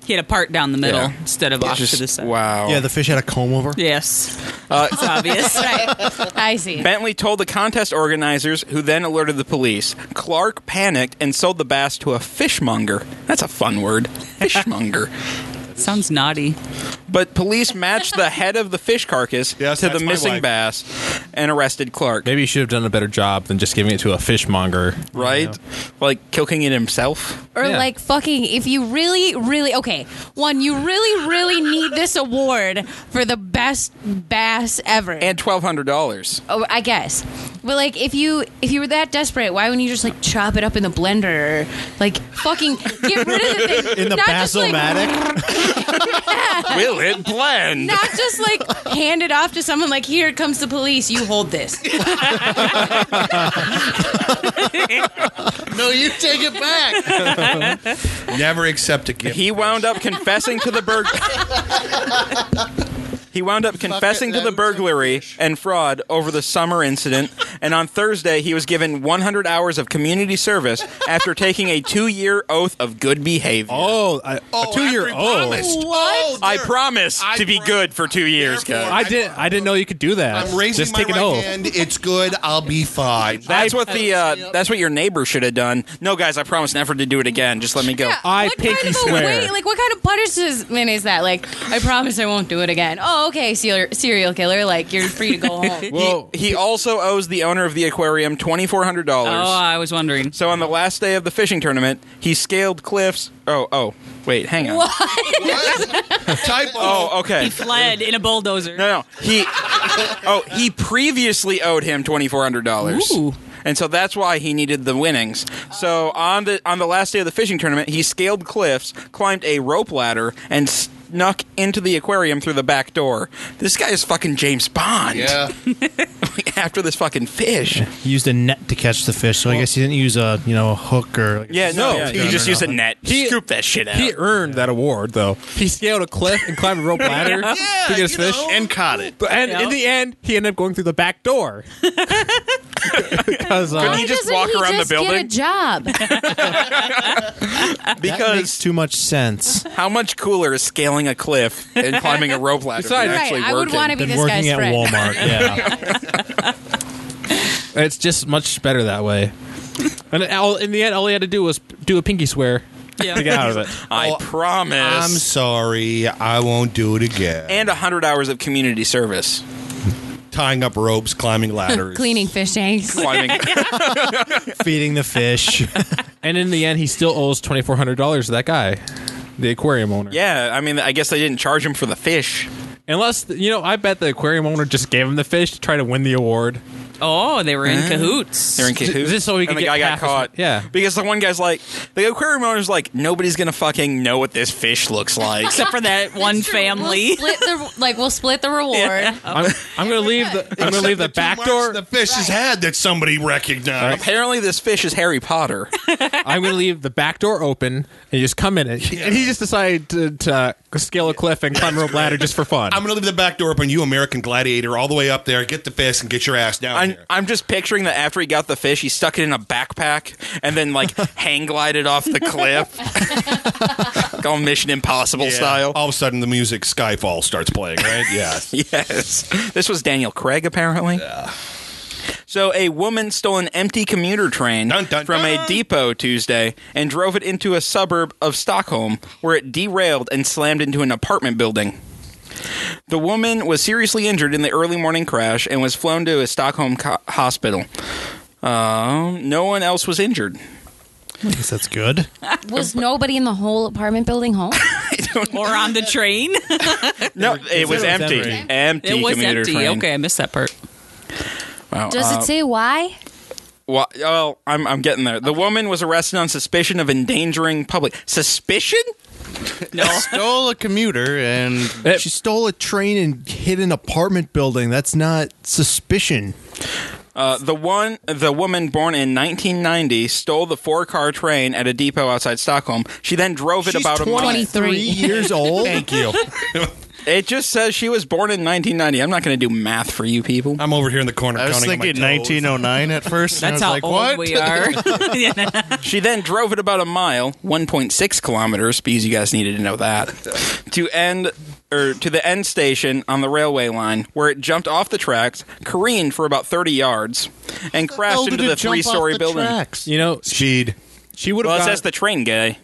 Speaker 5: He had a part down the middle
Speaker 1: Yeah.
Speaker 5: instead of off to the side.
Speaker 1: wow.
Speaker 9: Yeah, the fish had a comb over.
Speaker 5: Yes, it's obvious.
Speaker 6: Right. I see.
Speaker 1: Bentley told the contest organizers, who then alerted the police. Clark panicked and sold the bass to a fishmonger. That's a fun word, fishmonger.
Speaker 5: Sounds naughty.
Speaker 1: But police matched the head of the fish carcass
Speaker 8: Yes,
Speaker 1: to the
Speaker 8: that's my
Speaker 1: missing
Speaker 8: wife.
Speaker 1: bass and arrested Clark.
Speaker 7: Maybe you should have done a better job than just giving it to a fishmonger.
Speaker 1: Right? Like killing it himself.
Speaker 10: Or
Speaker 7: Yeah.
Speaker 10: like fucking if you really, really okay. One, you really, really need this award for the best bass ever.
Speaker 1: And twelve hundred dollars.
Speaker 10: oh, I guess. But like, if you if you were that desperate, why wouldn't you just like chop it up in the blender or like fucking get rid of the thing?
Speaker 9: In the
Speaker 10: Not just, like,
Speaker 9: basomatic,
Speaker 1: Will it blend?
Speaker 10: Not just like hand it off to someone like here comes the police, you hold this.
Speaker 2: no, you take it back.
Speaker 8: Never accept a gift.
Speaker 1: He wound up confessing to the burg. he wound up confessing to the burglary and fraud over the summer incident, and on Thursday he was given 100 hours of community service after taking a two-year oath of good behavior.
Speaker 7: Oh, I, a two-year old.
Speaker 8: What?
Speaker 1: oh, I promise
Speaker 8: I
Speaker 1: to be
Speaker 8: prom-
Speaker 1: good for two years,
Speaker 8: Therefore-
Speaker 1: guys.
Speaker 7: I did. I didn't know you could do that.
Speaker 8: I'm raising
Speaker 7: just
Speaker 8: my
Speaker 7: take an
Speaker 8: right
Speaker 7: oath.
Speaker 8: hand. It's good. I'll be fine.
Speaker 1: That's what the uh, that's what your neighbor should have done. No, guys, I promise never to do it again. Just let me go.
Speaker 7: I
Speaker 10: what
Speaker 7: pinky
Speaker 10: kind of a
Speaker 7: swear.
Speaker 10: way- like what kind of punishment is that? Like, I promise I won't do it again. Oh, okay, serial, serial killer. Like, you're free to go home.
Speaker 1: He,
Speaker 7: Whoa.
Speaker 1: he also owes the owner of the aquarium twenty four hundred
Speaker 5: Oh,
Speaker 1: dollars.
Speaker 5: I was wondering.
Speaker 1: So on the last day of the fishing tournament, he scaled cliffs. Oh, oh, wait, hang on.
Speaker 8: Typo.
Speaker 1: Oh, okay.
Speaker 5: He fled in a bulldozer.
Speaker 1: No, no, he. Oh, he previously owed him twenty four hundred dollars.
Speaker 5: Ooh.
Speaker 1: And so that's why he needed the winnings. So on the on the last day of the fishing tournament, he scaled cliffs, climbed a rope ladder, and snuck into the aquarium through the back door. This guy is fucking James Bond.
Speaker 8: Yeah.
Speaker 1: After this fucking fish.
Speaker 4: He used a net to catch the fish, so I guess he didn't use a you know a hook or like a
Speaker 1: Yeah, no,
Speaker 7: No,
Speaker 1: he
Speaker 7: yeah,
Speaker 1: just
Speaker 4: no,
Speaker 1: used a
Speaker 4: no.
Speaker 1: net.
Speaker 7: He-
Speaker 1: Scoop that shit out.
Speaker 7: He earned that award, though. He scaled a cliff and climbed a rope ladder to get his fish.
Speaker 2: And caught it.
Speaker 7: But- And
Speaker 5: Yeah.
Speaker 7: in the end, he ended up going through the back door. Because
Speaker 10: Why
Speaker 1: he just
Speaker 10: doesn't
Speaker 1: walk
Speaker 10: he
Speaker 1: around the
Speaker 10: just
Speaker 1: building?
Speaker 10: Get a job.
Speaker 1: because
Speaker 9: makes too much sense.
Speaker 1: how much cooler is scaling a cliff and climbing a rope ladder
Speaker 7: Besides-
Speaker 1: than
Speaker 10: Right,
Speaker 1: actually
Speaker 10: I would
Speaker 1: working?
Speaker 10: want to be
Speaker 9: Been
Speaker 10: this
Speaker 9: working
Speaker 10: guy's
Speaker 9: at
Speaker 10: friend.
Speaker 9: Walmart. Yeah.
Speaker 7: it's just much better that way. And all, in the end, all he had to do was do a pinky swear
Speaker 5: Yeah.
Speaker 7: to get out of it.
Speaker 1: I
Speaker 8: Oh,
Speaker 1: promise.
Speaker 8: I'm sorry. I won't do it again.
Speaker 1: and 100 hours of community service.
Speaker 8: tying up ropes, climbing ladders,
Speaker 10: Cleaning fish tanks.
Speaker 1: Climbing.
Speaker 9: Feeding the fish.
Speaker 7: And in the end, he still owes twenty four hundred dollars to that guy, the aquarium owner.
Speaker 1: yeah, I mean, I guess they didn't charge him for the fish.
Speaker 7: Unless you know, I bet the aquarium owner just gave him the fish to try to win the award.
Speaker 5: Oh, they were in cahoots.
Speaker 1: They're in cahoots.
Speaker 7: just so he
Speaker 1: and
Speaker 7: could
Speaker 1: the
Speaker 7: get
Speaker 1: guy got
Speaker 7: half his-
Speaker 1: caught.
Speaker 7: yeah.
Speaker 1: Because the one guy's like, the aquarium owner's like, nobody's going to fucking know what this fish looks like.
Speaker 5: Except for that one family.
Speaker 10: We'll split the like. We'll split the reward.
Speaker 7: I'm, I'm gonna leave the I'm gonna leave the back
Speaker 8: Two
Speaker 7: door.
Speaker 8: marks The fish has had that somebody recognized.
Speaker 1: Apparently, this fish is Harry Potter.
Speaker 7: I'm gonna leave the back door open and you just come in. And, and he just decided to, to scale a cliff and climb a rope ladder just for fun.
Speaker 8: I'm gonna leave the back door open. You American Gladiator, all the way up there. Get the fish and get your ass down
Speaker 1: I'm,
Speaker 8: here.
Speaker 1: I'm just picturing that after he got the fish, he stuck it in a backpack and then, like, hang glided off the cliff. Go Mission Impossible
Speaker 8: Yeah. Oh,
Speaker 1: style.
Speaker 8: All of a sudden, the music Skyfall starts playing. Right? Yes.
Speaker 1: Yes. This was Daniel Craig, apparently. So, a woman stole an empty commuter train
Speaker 8: Dun, dun,
Speaker 1: from a
Speaker 8: dun.
Speaker 1: depot Tuesday and drove it into a suburb of Stockholm where it derailed and slammed into an apartment building. The woman was seriously injured in the early morning crash and was flown to a Stockholm co- hospital. Uh, no one else was injured.
Speaker 9: I guess that's good.
Speaker 10: Was nobody in the whole apartment building home?
Speaker 1: don't
Speaker 5: or on the train.
Speaker 1: No, it was
Speaker 4: said it was
Speaker 1: empty.
Speaker 4: empty.
Speaker 1: Empty
Speaker 5: it was
Speaker 1: commuter
Speaker 5: empty.
Speaker 1: train.
Speaker 5: Okay, I missed that part.
Speaker 1: Wow.
Speaker 10: Does
Speaker 1: uh,
Speaker 10: it say why?
Speaker 1: Well, well, I'm I'm getting there. The woman was arrested on suspicion of endangering public suspicion.
Speaker 2: Stole a commuter and
Speaker 9: She stole a train and hid an apartment building. That's not suspicion.
Speaker 1: Uh, the one, the woman born in 1990 stole the four-car train at a depot outside Stockholm. She then drove it
Speaker 9: She's
Speaker 1: about a mile.
Speaker 9: 23 years old. Thank you.
Speaker 1: It just says she was born in 1990. I'm not going to do math for you people.
Speaker 8: I'm over here in the corner
Speaker 2: I was
Speaker 8: counting
Speaker 2: thinking
Speaker 8: my toes.
Speaker 4: oh-
Speaker 2: 1909 at first. and I was
Speaker 5: That's how
Speaker 2: like, what?
Speaker 5: old we are. Yeah.
Speaker 1: She then drove it about a mile, 1.6 kilometers, because you guys needed to know that, to end or to the end station on the railway line, where it jumped off the tracks, careened for about 30 yards, and crashed into the three-story building.
Speaker 7: You know,
Speaker 3: Speed.
Speaker 7: she would
Speaker 1: Well, it
Speaker 7: have.
Speaker 1: says the train guy.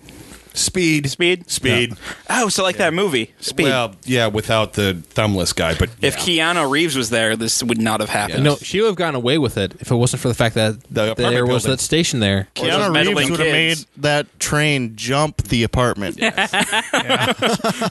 Speaker 3: Speed.
Speaker 1: Speed?
Speaker 3: Speed.
Speaker 1: Oh, so like that movie, Speed.
Speaker 8: Well, yeah, without the thumbless guy, but
Speaker 1: if
Speaker 8: yeah.
Speaker 1: Keanu Reeves was there, this would not have happened.
Speaker 7: no, she would have gotten away with it if it wasn't for the fact that
Speaker 8: The apartment
Speaker 7: there was
Speaker 8: building.
Speaker 7: that station there.
Speaker 1: Or those
Speaker 2: Keanu
Speaker 1: meddling
Speaker 2: Reeves would have made
Speaker 1: kids.
Speaker 2: that train jump the apartment.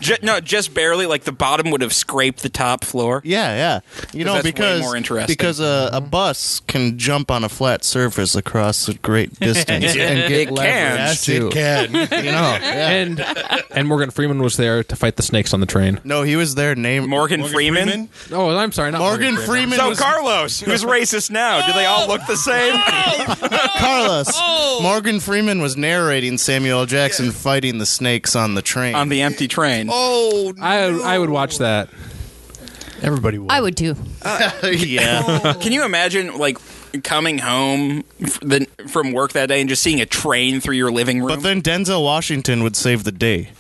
Speaker 1: Ju- no, just barely. Like the bottom would have scraped the top floor.
Speaker 2: Yeah, yeah. You know,
Speaker 1: that's way
Speaker 2: because
Speaker 1: more interesting.
Speaker 2: because a, a bus can jump on a flat surface across a great distance and
Speaker 1: It
Speaker 2: get
Speaker 1: can.
Speaker 2: leverage
Speaker 1: Yes,
Speaker 2: too.
Speaker 8: can.
Speaker 2: You know, yeah.
Speaker 7: And and Morgan Freeman was there to fight the snakes on the train.
Speaker 2: no, he was there. Name
Speaker 1: Morgan, Freeman.
Speaker 7: Oh, I'm sorry, not
Speaker 2: Morgan Freeman.
Speaker 1: So
Speaker 2: was,
Speaker 1: Carlos, who's racist now? Do they all look the same?
Speaker 2: Carlos. Morgan Freeman was narrating Samuel L. Jackson fighting the snakes on the train.
Speaker 1: On the empty train.
Speaker 2: oh,
Speaker 7: I I would watch that.
Speaker 9: Everybody would.
Speaker 10: I would too.
Speaker 2: yeah.
Speaker 1: Can you imagine like coming home f- the, from work that day and just seeing a train through your living room?
Speaker 2: But then Denzel Washington would save the day.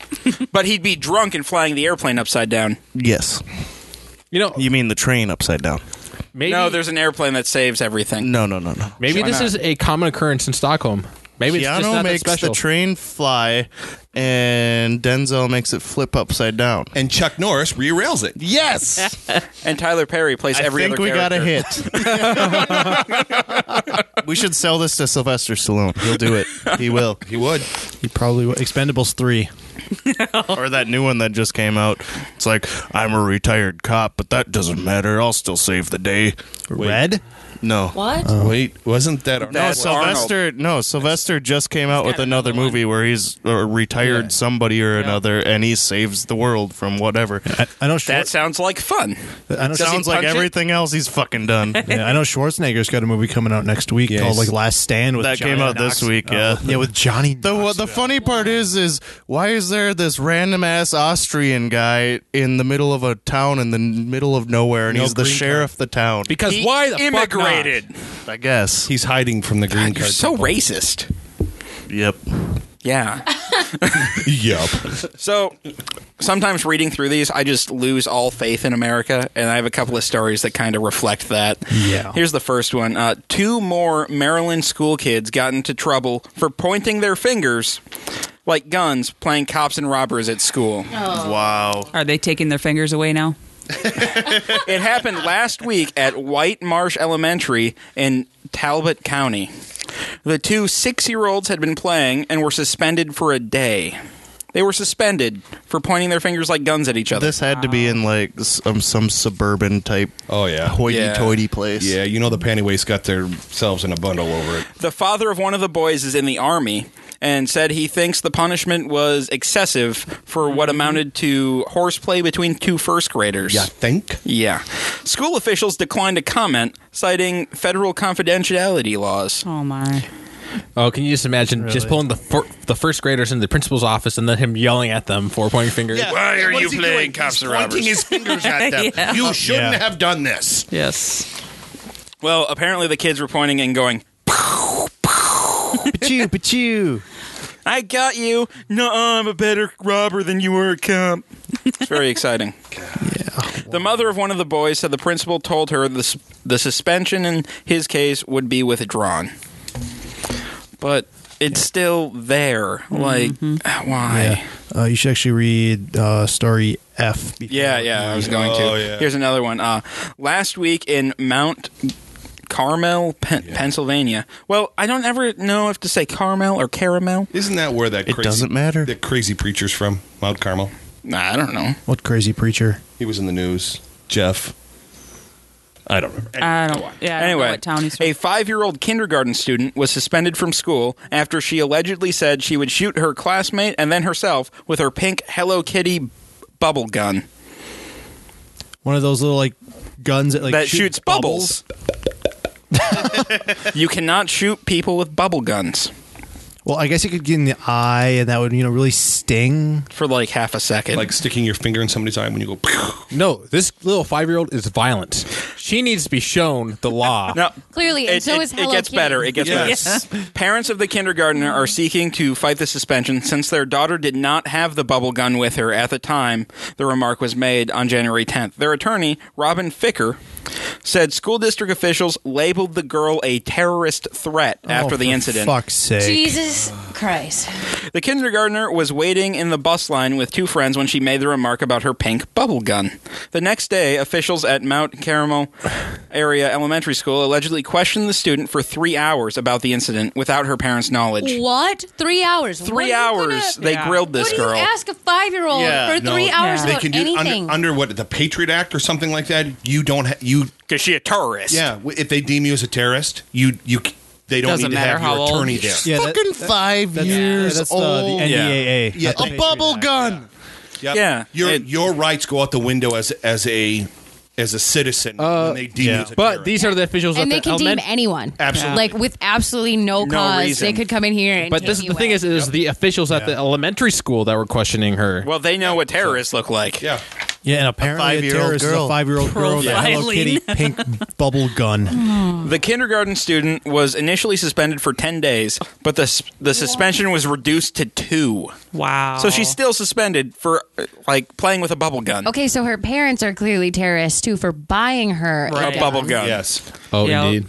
Speaker 1: But he'd be drunk and flying the airplane upside down.
Speaker 2: Yes.
Speaker 7: You know,
Speaker 2: You mean the train upside down?
Speaker 7: maybe
Speaker 1: No, there's an airplane that saves everything.
Speaker 2: No, no, no, no.
Speaker 7: maybe
Speaker 1: Why
Speaker 7: this
Speaker 1: not?
Speaker 7: is a common occurrence in Stockholm. Maybe it's just
Speaker 2: Keanu
Speaker 7: not
Speaker 2: makes
Speaker 7: that
Speaker 2: the
Speaker 7: special.
Speaker 2: train fly, and Denzel makes it flip upside down.
Speaker 8: And Chuck Norris re-rails it.
Speaker 2: Yes,
Speaker 1: And Tyler Perry plays
Speaker 2: I
Speaker 1: every
Speaker 2: think
Speaker 1: other
Speaker 2: we got a
Speaker 1: character.
Speaker 2: hit. we should sell this to Sylvester Stallone. He'll do it. He will.
Speaker 8: He would.
Speaker 9: He probably would. Expendables 3.
Speaker 2: Or that new one that just came out. It's like I'm a retired cop, but that doesn't matter. I'll still save the day.
Speaker 9: Red?
Speaker 2: No.
Speaker 10: What?
Speaker 8: Wait, wasn't that our
Speaker 1: That's
Speaker 2: Sylvester, no, Sylvester just came out with another movie where he's a retired somebody or another, and he saves the world from whatever.
Speaker 9: I know, Schwar-
Speaker 1: That sounds like fun.
Speaker 9: I, know
Speaker 1: he
Speaker 2: Sounds like
Speaker 1: punch it?
Speaker 2: everything else he's fucking done.
Speaker 9: yeah, I know Schwarzenegger's got a movie coming out next week called like Last Stand with
Speaker 2: That
Speaker 9: Johnny
Speaker 2: came out
Speaker 9: Knox.
Speaker 2: this week, yeah.
Speaker 9: yeah, with Johnny.
Speaker 2: The
Speaker 9: Knox.
Speaker 2: what the funny part is is why is there this random ass Austrian guy in the middle of a town in the n- middle of nowhere and he's the
Speaker 8: green
Speaker 2: sheriff of the town?
Speaker 7: because
Speaker 1: He
Speaker 7: why the
Speaker 1: immigrated?
Speaker 2: I guess.
Speaker 8: He's hiding from the green
Speaker 1: You're
Speaker 8: card.
Speaker 1: so racist.
Speaker 2: Yep.
Speaker 1: Yeah.
Speaker 8: yep.
Speaker 1: So sometimes reading through these, I just lose all faith in America, and I have a couple of stories that kind of reflect that.
Speaker 9: Yeah.
Speaker 1: Here's the first one. Uh, two more Maryland school kids got into trouble for pointing their fingers like guns playing cops and robbers at school.
Speaker 2: Oh. Wow.
Speaker 5: Are they taking their fingers away now?
Speaker 1: It happened last week at White Marsh Elementary in Talbot County. The two six year olds had been playing and were suspended for a day. They were suspended for pointing their fingers like guns at each other.
Speaker 2: This had to be in like some, some suburban type
Speaker 8: Oh yeah.
Speaker 2: hoity-toity place.
Speaker 8: Yeah, you know the panty waist got themselves in a bundle over it.
Speaker 1: The father of one of the boys is in the army and said he thinks the punishment was excessive for what amounted to horseplay between two first graders.
Speaker 8: Yeah, think.
Speaker 1: Yeah. School officials declined to comment, citing federal confidentiality laws.
Speaker 5: Oh my!
Speaker 7: Oh, can you just imagine just pulling the fir- the first graders into the principal's office and then him yelling at them for pointing fingers?
Speaker 8: Why are
Speaker 1: you playing cops and robbers?
Speaker 8: his fingers at them. You shouldn't have done this.
Speaker 5: Yes,
Speaker 1: Well, apparently the kids were pointing and going,
Speaker 9: Pachu, pachu.
Speaker 1: I got you. No, I'm a better robber than you were a cop. It's very exciting. The mother of one of the boys said the principal told her the, s- the suspension in his case would be withdrawn. But it's still there. Like, why?
Speaker 9: Uh, you should actually read uh, story F. before-
Speaker 1: Yeah, yeah, I was going to.
Speaker 8: Oh, yeah.
Speaker 1: Here's another one. Uh, last week in Mount Carmel, Pen- Pennsylvania. Well, I don't ever know if to say Carmel or Caramel.
Speaker 8: Isn't that where that
Speaker 2: It
Speaker 8: crazy,
Speaker 2: doesn't matter.
Speaker 8: That crazy preacher's from Mount Carmel.
Speaker 1: Nah, I don't know.
Speaker 4: What crazy preacher?
Speaker 8: He was in the news. Jeff. I don't remember.
Speaker 5: I don't. Yeah. I don't know
Speaker 1: Anyway,
Speaker 5: what town he's from.
Speaker 1: a five year old kindergarten student was suspended from school after she allegedly said she would shoot her classmate and then herself with her pink Hello Kitty bubble gun
Speaker 9: One of those little like guns that like
Speaker 1: that
Speaker 9: shoot
Speaker 1: shoots bubbles. you cannot shoot people with bubble guns
Speaker 9: Well, I guess it could get in the eye, and that would you know really sting.
Speaker 1: for like half a second.
Speaker 8: Like sticking your finger in somebody's eye when you go.
Speaker 7: No, this little five year old is violent. She needs to be shown the law.
Speaker 1: no.
Speaker 10: Clearly, and
Speaker 1: It,
Speaker 10: so
Speaker 1: it-
Speaker 10: is
Speaker 1: it
Speaker 10: Hello
Speaker 1: gets
Speaker 10: Kitty.
Speaker 1: better. It gets
Speaker 8: Yes.
Speaker 1: better. Parents of the kindergartner are seeking to fight the suspension since their daughter did not have the bubble gun with her at the time the remark was made on January 10th. Their attorney, Robin Ficker, said school district officials labeled the girl a terrorist threat after the incident.
Speaker 4: Fuck's sake.
Speaker 10: Jesus Christ.
Speaker 1: The kindergartner was waiting in the bus line with two friends when she made the remark about her pink bubble gun. The next day, officials at Mount Carmel Area Elementary School allegedly questioned the student for three hours about the incident without her parents' knowledge.
Speaker 10: What? Three hours. What are
Speaker 1: Three
Speaker 10: you
Speaker 1: hours
Speaker 10: Gonna,
Speaker 1: they
Speaker 5: Yeah.
Speaker 1: grilled this
Speaker 10: what do
Speaker 1: girl.
Speaker 10: you ask a five-year-old for three hours
Speaker 8: They
Speaker 10: about
Speaker 8: can do it
Speaker 10: anything?
Speaker 8: under, under what the Patriot Act or something like that. You don't. Ha- you
Speaker 1: Because she a terrorist.
Speaker 8: yeah. w- If they deem you as a terrorist, you you c- they don't
Speaker 5: Doesn't
Speaker 8: need to
Speaker 5: matter
Speaker 8: have
Speaker 5: how
Speaker 8: your
Speaker 5: old.
Speaker 8: attorney there.
Speaker 9: Yeah, that-
Speaker 2: Fucking five
Speaker 9: that's,
Speaker 2: years
Speaker 9: that's uh,
Speaker 2: old.
Speaker 9: The, the NDAA.
Speaker 8: Yeah,
Speaker 9: not the
Speaker 8: a
Speaker 9: Patriot
Speaker 2: bubble
Speaker 9: Act.
Speaker 2: gun.
Speaker 8: Yep.
Speaker 1: Yeah,
Speaker 8: your
Speaker 1: it-
Speaker 8: your rights go out the window as as a as a citizen
Speaker 9: Uh,
Speaker 8: when they deem you as a
Speaker 7: But
Speaker 8: terrorist.
Speaker 7: these are the officials
Speaker 10: and
Speaker 7: at
Speaker 10: they
Speaker 7: the
Speaker 10: can
Speaker 7: element-
Speaker 10: deem anyone.
Speaker 8: Absolutely.
Speaker 10: Like with absolutely no, cause,
Speaker 1: reason.
Speaker 10: they could come in here and
Speaker 7: But this is
Speaker 10: take
Speaker 7: the
Speaker 10: you
Speaker 7: thing
Speaker 10: away.
Speaker 7: is, is the officials at the elementary school that were questioning her.
Speaker 1: Well, they know what terrorists look like.
Speaker 8: yeah,
Speaker 4: Yeah, and apparently a,
Speaker 2: five-year-old
Speaker 4: terrorist is
Speaker 2: girl.
Speaker 4: a five-year-old girl with a Hello
Speaker 5: Profiling.
Speaker 4: Kitty pink bubble gun.
Speaker 1: The kindergarten student was initially suspended for 10 days, but the, s- the suspension was reduced to two.
Speaker 5: wow.
Speaker 1: So she's still suspended for uh, like playing with a bubble gun.
Speaker 10: Oh. Okay, so her parents are clearly terrorists too for buying her
Speaker 5: Right.
Speaker 1: A bubble gun.
Speaker 8: yes.
Speaker 7: oh,
Speaker 5: Yeah.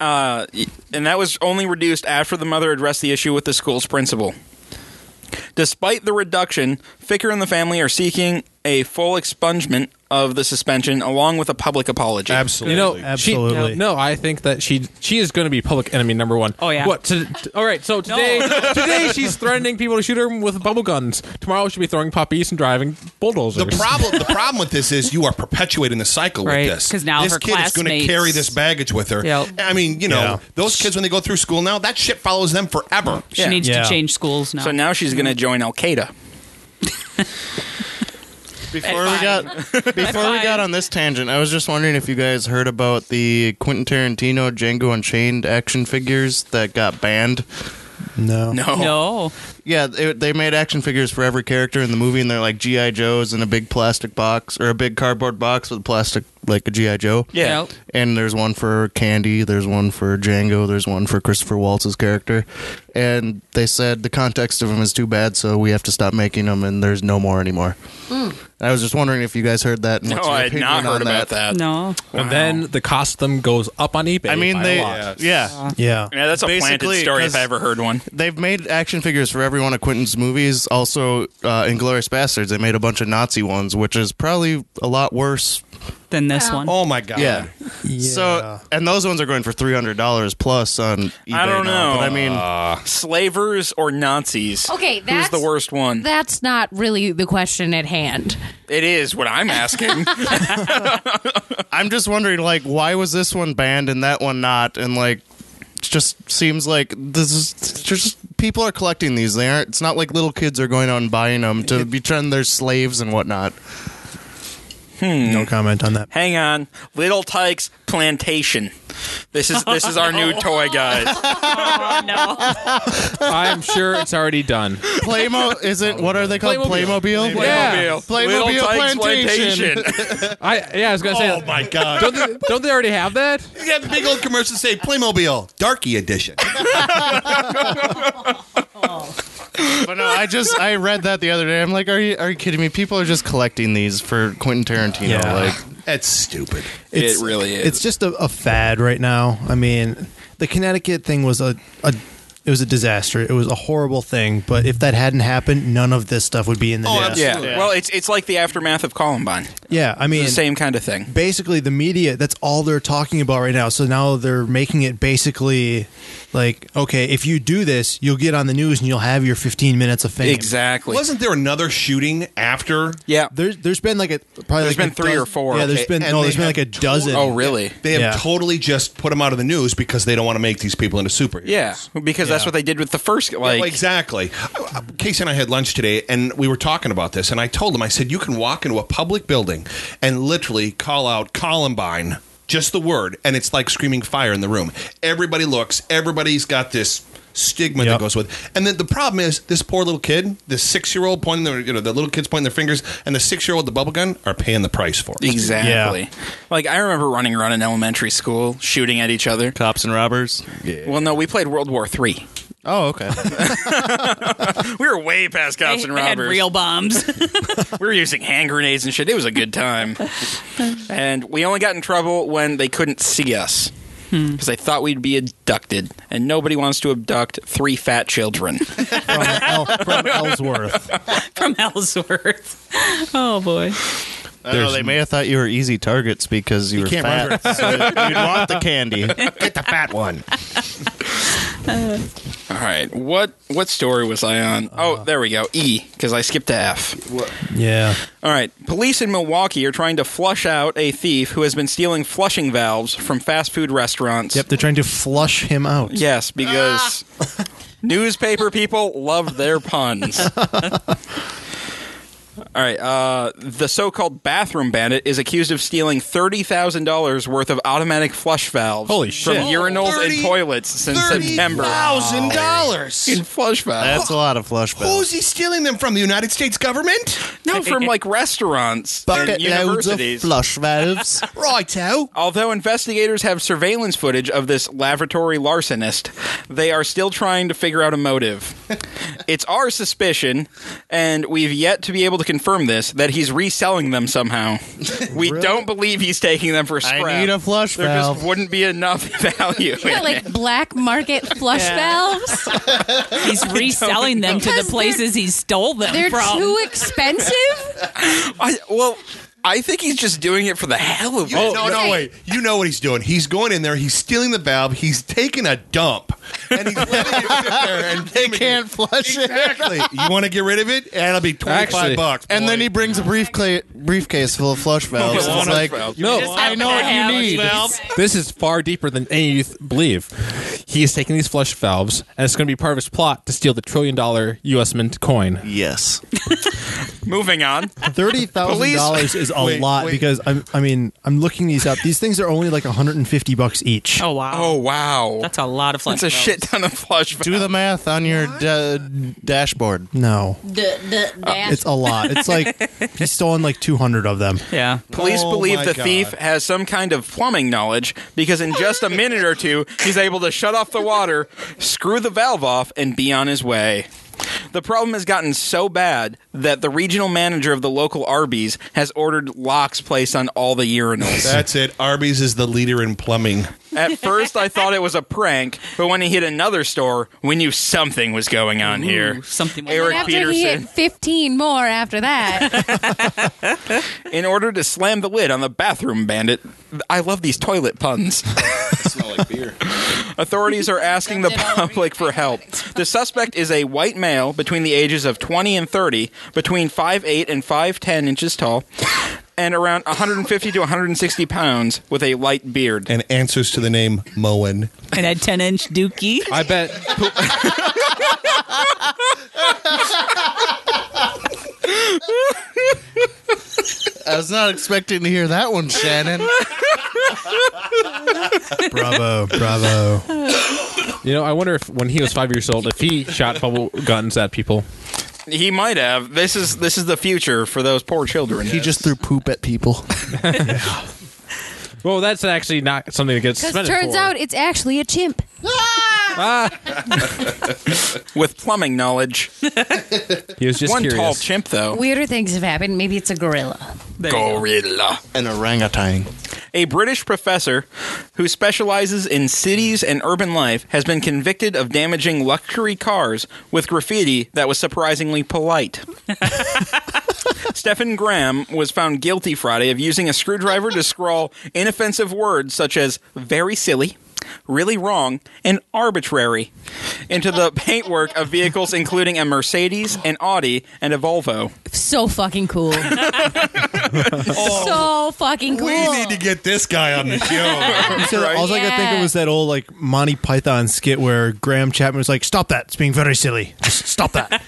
Speaker 1: and that was only reduced after the mother addressed the issue with the school's principal. Despite the reduction, Ficker and the family are seeking a full expungement of the suspension along with a public apology.
Speaker 8: Absolutely.
Speaker 7: You know, she-
Speaker 4: Absolutely.
Speaker 7: no, I think that she she is going to be public enemy number one.
Speaker 5: Oh, yeah.
Speaker 7: What? To, to- all right. So today, today she's threatening people to shoot her with bubble guns. Tomorrow she'll be throwing puppies and driving bulldozers.
Speaker 8: the problem the problem with this is you are perpetuating the cycle
Speaker 5: Right,
Speaker 8: with this
Speaker 5: 'cause now
Speaker 8: this
Speaker 5: her
Speaker 8: kid is going to
Speaker 5: classmates-
Speaker 8: carry this baggage with her.
Speaker 5: Yep.
Speaker 8: I mean, you know,
Speaker 4: Yeah.
Speaker 8: those kids when they go through school now, that shit follows them forever.
Speaker 5: She
Speaker 1: Yeah.
Speaker 5: needs
Speaker 4: Yeah.
Speaker 5: to change schools now.
Speaker 1: So now she's going to join Al Qaeda.
Speaker 2: Before we got before we got on this tangent, I was just wondering if you guys heard about the Quentin Tarantino Django Unchained action figures that got banned.
Speaker 4: No.
Speaker 1: No.
Speaker 5: no.
Speaker 2: Yeah, they, they made action figures for every character in the movie, and they're like GI Joes in a big plastic box or a big cardboard box with plastic like a GI Joe.
Speaker 1: Yeah.
Speaker 5: Nope.
Speaker 2: And there's one for Candy, there's one for Django, there's one for Christopher Waltz's character. And they said the context of them is too bad, so we have to stop making them, and there's no more anymore. I was just wondering if you guys heard that. And
Speaker 1: No,
Speaker 2: what's your
Speaker 1: I had
Speaker 2: opinion
Speaker 1: not
Speaker 2: on
Speaker 1: heard about that.
Speaker 5: No.
Speaker 7: And then the cost of them goes up on eBay.
Speaker 2: I mean,
Speaker 7: by
Speaker 2: they,
Speaker 7: a lot.
Speaker 2: yeah,
Speaker 4: Yeah.
Speaker 1: Yeah, that's a planted
Speaker 2: Basically,
Speaker 1: story if
Speaker 2: 'cause-
Speaker 1: I ever heard one.
Speaker 2: they've made action figures for every one of Quentin's movies. Also, uh, Inglorious Bastards, they made a bunch of Nazi ones, which is probably a lot worse.
Speaker 5: Then this one.
Speaker 8: Oh my god.
Speaker 2: Yeah. So, and those ones are going for three hundred dollars plus on eBay.
Speaker 1: I don't
Speaker 2: now,
Speaker 1: know.
Speaker 2: but I mean,
Speaker 1: Slavers or Nazis?
Speaker 10: Okay, that's
Speaker 1: Who's the worst one?
Speaker 10: That's not really the question at hand.
Speaker 1: it is what I'm asking.
Speaker 2: I'm just wondering, like, why was this one banned and that one not? And like, it just seems like this is just people are collecting these. They aren't. It's not like little kids are going out and buying them to be pretend they're slaves and whatnot.
Speaker 4: No comment on that.
Speaker 1: Hang on. Little Tyke's Plantation. This is this is our new toy, guys.
Speaker 5: no.
Speaker 7: I'm sure it's already done.
Speaker 2: Playmo is it? What are they called? Playmobil.
Speaker 7: Yeah.
Speaker 2: Playmobil
Speaker 1: Little Tyke's
Speaker 2: Plantation.
Speaker 1: plantation.
Speaker 7: I yeah, I was gonna say.
Speaker 8: Oh my god.
Speaker 7: Don't they, don't they already have that?
Speaker 8: you got the big old commercial say Playmobil Darky Edition.
Speaker 2: But no, I just I read that the other day. I'm like, are you are you kidding me? People are just collecting these for Quentin Tarantino.
Speaker 4: Yeah.
Speaker 2: Like,
Speaker 8: That's stupid.
Speaker 1: It really is.
Speaker 4: It's just a, a fad right now. I mean, the Connecticut thing was a, a it was a disaster. It was a horrible thing. But if that hadn't happened, none of this stuff would be in the news.
Speaker 1: yeah. Well, it's it's like the aftermath of Columbine.
Speaker 4: Yeah, I mean,
Speaker 1: the same kind of thing.
Speaker 4: basically the media that's all they're talking about right now so now they're making it basically like okay if you do this you'll get on the news and you'll have your 15 minutes of fame
Speaker 1: Exactly.
Speaker 8: Wasn't there another shooting after?
Speaker 1: yeah.
Speaker 4: there's there's been like a probably
Speaker 1: There's
Speaker 4: like a
Speaker 1: been three or
Speaker 4: dozen-
Speaker 1: four.
Speaker 4: yeah there's
Speaker 1: Okay,
Speaker 4: been
Speaker 8: and
Speaker 4: no
Speaker 8: they
Speaker 4: there's been
Speaker 8: have
Speaker 4: like a dozen
Speaker 1: Oh, really?
Speaker 8: They have
Speaker 4: Yeah.
Speaker 8: totally just put them out of the news because they don't want to make these people into superheroes.
Speaker 1: Yeah, because that's
Speaker 4: Yeah.
Speaker 1: what they did with the first.
Speaker 8: Yeah,
Speaker 1: Like,
Speaker 8: well, exactly. Uh, Casey and I had lunch today, and we were talking about this. And I told him, I said, you can walk into a public building and literally call out Columbine, just the word, and it's like screaming fire in the room. Everybody looks. Everybody's got this stigma that
Speaker 4: Yep.
Speaker 8: goes with. And then the problem is, this poor little kid, the six year old pointing their, you know, the little kids pointing their fingers, and the six year old, the bubble gun, are paying the price for it.
Speaker 1: exactly.
Speaker 4: Yeah.
Speaker 1: Like I remember running around in elementary school, shooting at each other.
Speaker 9: Cops and robbers.
Speaker 1: Well, no, we played World War Three.
Speaker 9: Oh, okay.
Speaker 1: We were way past
Speaker 5: They,
Speaker 1: cops
Speaker 5: they
Speaker 1: and
Speaker 5: had
Speaker 1: robbers.
Speaker 5: real bombs.
Speaker 1: we were using hand grenades and shit. It was a good time. and we only got in trouble when they couldn't see us
Speaker 5: Hmm.
Speaker 1: because they thought we'd be abducted, and nobody wants to abduct three fat children.
Speaker 4: from, El- from ellsworth
Speaker 5: from Ellsworth. Oh boy.
Speaker 2: I don't know, they may have thought you were easy targets because you, were
Speaker 9: can't
Speaker 2: fat. so you'd want the candy. Get the fat one.
Speaker 1: All right, what what story was I on? oh, there we go. E because I skipped to F.
Speaker 4: yeah
Speaker 1: All right. Police in Milwaukee are trying to flush out a thief who has been stealing flushing valves from fast food restaurants.
Speaker 4: yep they're trying to flush him out
Speaker 1: Yes, because
Speaker 8: Ah.
Speaker 1: newspaper people love their puns. All right. Uh, the so-called bathroom bandit is accused of stealing thirty thousand dollars worth of automatic flush valves
Speaker 7: Holy
Speaker 1: from
Speaker 7: shit.
Speaker 1: urinals
Speaker 8: Thirty-
Speaker 1: and toilets since September. Oh,
Speaker 8: thousand dollars.
Speaker 1: In flush valves?
Speaker 2: That's a lot of flush bells.
Speaker 8: Who's he stealing them from? The United States government?
Speaker 1: No, from like restaurants and universities.
Speaker 2: flush valves.
Speaker 8: Righto.
Speaker 1: Although investigators have surveillance footage of this lavatory larcenist, they are still trying to figure out a motive. it's our suspicion, and we've yet to be able to confirm this, that he's reselling them somehow. We don't believe he's taking them for scrap.
Speaker 2: I need a flush
Speaker 1: there
Speaker 2: valve.
Speaker 1: just wouldn't be enough value.
Speaker 10: Yeah, like black market flush valves.
Speaker 5: He's reselling them to the
Speaker 10: Because
Speaker 5: places he stole them
Speaker 10: They're
Speaker 5: from.
Speaker 10: too expensive.
Speaker 1: I, well, I think he's just doing it for the hell of it.
Speaker 8: Oh, no, no, wait. You know what he's doing. He's going in there. He's stealing the valve. He's taking a dump, and he's letting it sit there. And they
Speaker 2: Can't flush it.
Speaker 8: exactly. You want to get rid of it? That'll be twenty-five
Speaker 7: Actually-
Speaker 8: bucks.
Speaker 2: And then
Speaker 8: boy.
Speaker 2: he brings a briefcase briefcase full of flush valves.
Speaker 1: Flush
Speaker 2: It's like
Speaker 1: valve.
Speaker 7: No,
Speaker 5: I know what you need.
Speaker 7: this is far deeper than any of you th- believe. He is taking these flush valves, and it's going to be part of his plot to steal the trillion dollar U.S. mint coin.
Speaker 2: yes,
Speaker 1: Moving on.
Speaker 4: Thirty thousand dollars is a
Speaker 8: Wait,
Speaker 4: lot
Speaker 8: wait.
Speaker 4: because I'm. I mean, I'm looking these up. These things are only like 150 bucks each.
Speaker 5: Oh wow.
Speaker 1: Oh, wow.
Speaker 5: That's a lot of flush.
Speaker 1: That's a
Speaker 5: valves.
Speaker 1: shit ton of flush valves.
Speaker 2: do the math on your da- dashboard.
Speaker 4: no,
Speaker 10: Duh, duh, dash.
Speaker 4: Uh, it's a lot. It's like he's stolen like 200 of them.
Speaker 5: Yeah.
Speaker 1: Police
Speaker 8: Oh
Speaker 1: believe
Speaker 8: my
Speaker 1: the
Speaker 8: God.
Speaker 1: thief has some kind of plumbing knowledge because in just a minute or two, he's able to shut off the water, screw the valve off, and be on his way. The problem has gotten so bad that the regional manager of the local Arby's has ordered locks placed on all the urinals.
Speaker 8: That's it. Arby's is the leader in plumbing.
Speaker 1: At first, I thought it was a prank, but when he hit another store, we knew something was going on here.
Speaker 5: Ooh, something.
Speaker 1: Eric
Speaker 10: after he hit
Speaker 1: Peterson.
Speaker 10: 15 more after that.
Speaker 1: In order to slam the lid on the bathroom bandit, I love these toilet puns.
Speaker 8: Smell like beer.
Speaker 1: Authorities are asking the public for help. The suspect is a white male between the ages of 20 and 30, between 5'8 and 5'10 inches tall, and around 150 to 160 pounds with a light beard.
Speaker 8: And answers to the name Moen.
Speaker 5: And a ten inch dookie.
Speaker 7: I bet.
Speaker 2: I was not expecting to hear that one, Shannon.
Speaker 4: Bravo, bravo.
Speaker 7: You know, I wonder if when he was five years old, if he shot bubble guns at people.
Speaker 1: He might have. This is this is the future for those poor children.
Speaker 2: He just threw poop at people.
Speaker 7: Well, that's actually not something that gets
Speaker 10: Because
Speaker 7: suspended
Speaker 10: turns
Speaker 7: for.
Speaker 10: out it's actually a chimp. Ah!
Speaker 1: with plumbing knowledge.
Speaker 7: he was just
Speaker 1: One tall
Speaker 7: curious.
Speaker 1: chimp though.
Speaker 10: Weirder things have happened. Maybe it's a gorilla.
Speaker 5: There you go.
Speaker 1: Gorilla.
Speaker 2: An orangutan.
Speaker 1: A British professor who specializes in cities and urban life has been convicted of damaging luxury cars with graffiti that was surprisingly polite. Stephen Graham was found guilty Friday of using a screwdriver to scrawl inoffensive words such as very silly, really wrong, and arbitrary into the paintwork of vehicles including a Mercedes, an Audi, and a Volvo.
Speaker 10: So fucking cool. so fucking cool.
Speaker 8: We need to get this guy on the show.
Speaker 4: So
Speaker 1: Right.
Speaker 4: all I could think
Speaker 10: Yeah.
Speaker 4: of was that old like Monty Python skit where Graham Chapman was like, "Stop that! It's being very silly. Just stop that."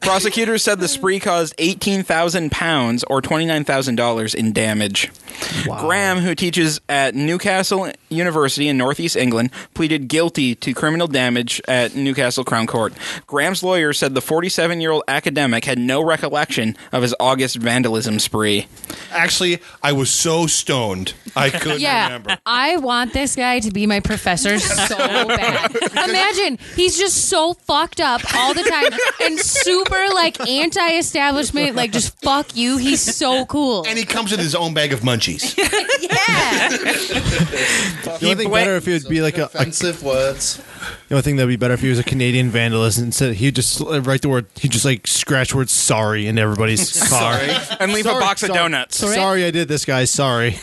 Speaker 1: Prosecutors said the spree caused 18,000 pounds or $29,000 in damage. Graham, who teaches at Newcastle University in Northeast England, pleaded guilty to criminal damage at Newcastle Crown Court. Graham's lawyer said the 47 year old academic had no recollection of his August vandalism spree.
Speaker 8: Actually, I was so stoned I couldn't
Speaker 10: yeah,
Speaker 8: remember.
Speaker 10: I want this guy to be my professor so bad. Imagine he's just so fucked up all the time and super like anti-establishment, like just fuck you. He's so cool.
Speaker 8: And he comes with his own bag of munchies.
Speaker 10: yeah,
Speaker 4: The only thing
Speaker 1: bla-
Speaker 4: better if he would be like a, a
Speaker 9: Offensive words.
Speaker 4: The only thing that'd be better if he was a Canadian vandalist and said he'd just uh, write the word he'd just like scratch word sorry in everybody's car. Sorry.
Speaker 1: And leave a box of donuts.
Speaker 4: Sorry I did this guy, sorry.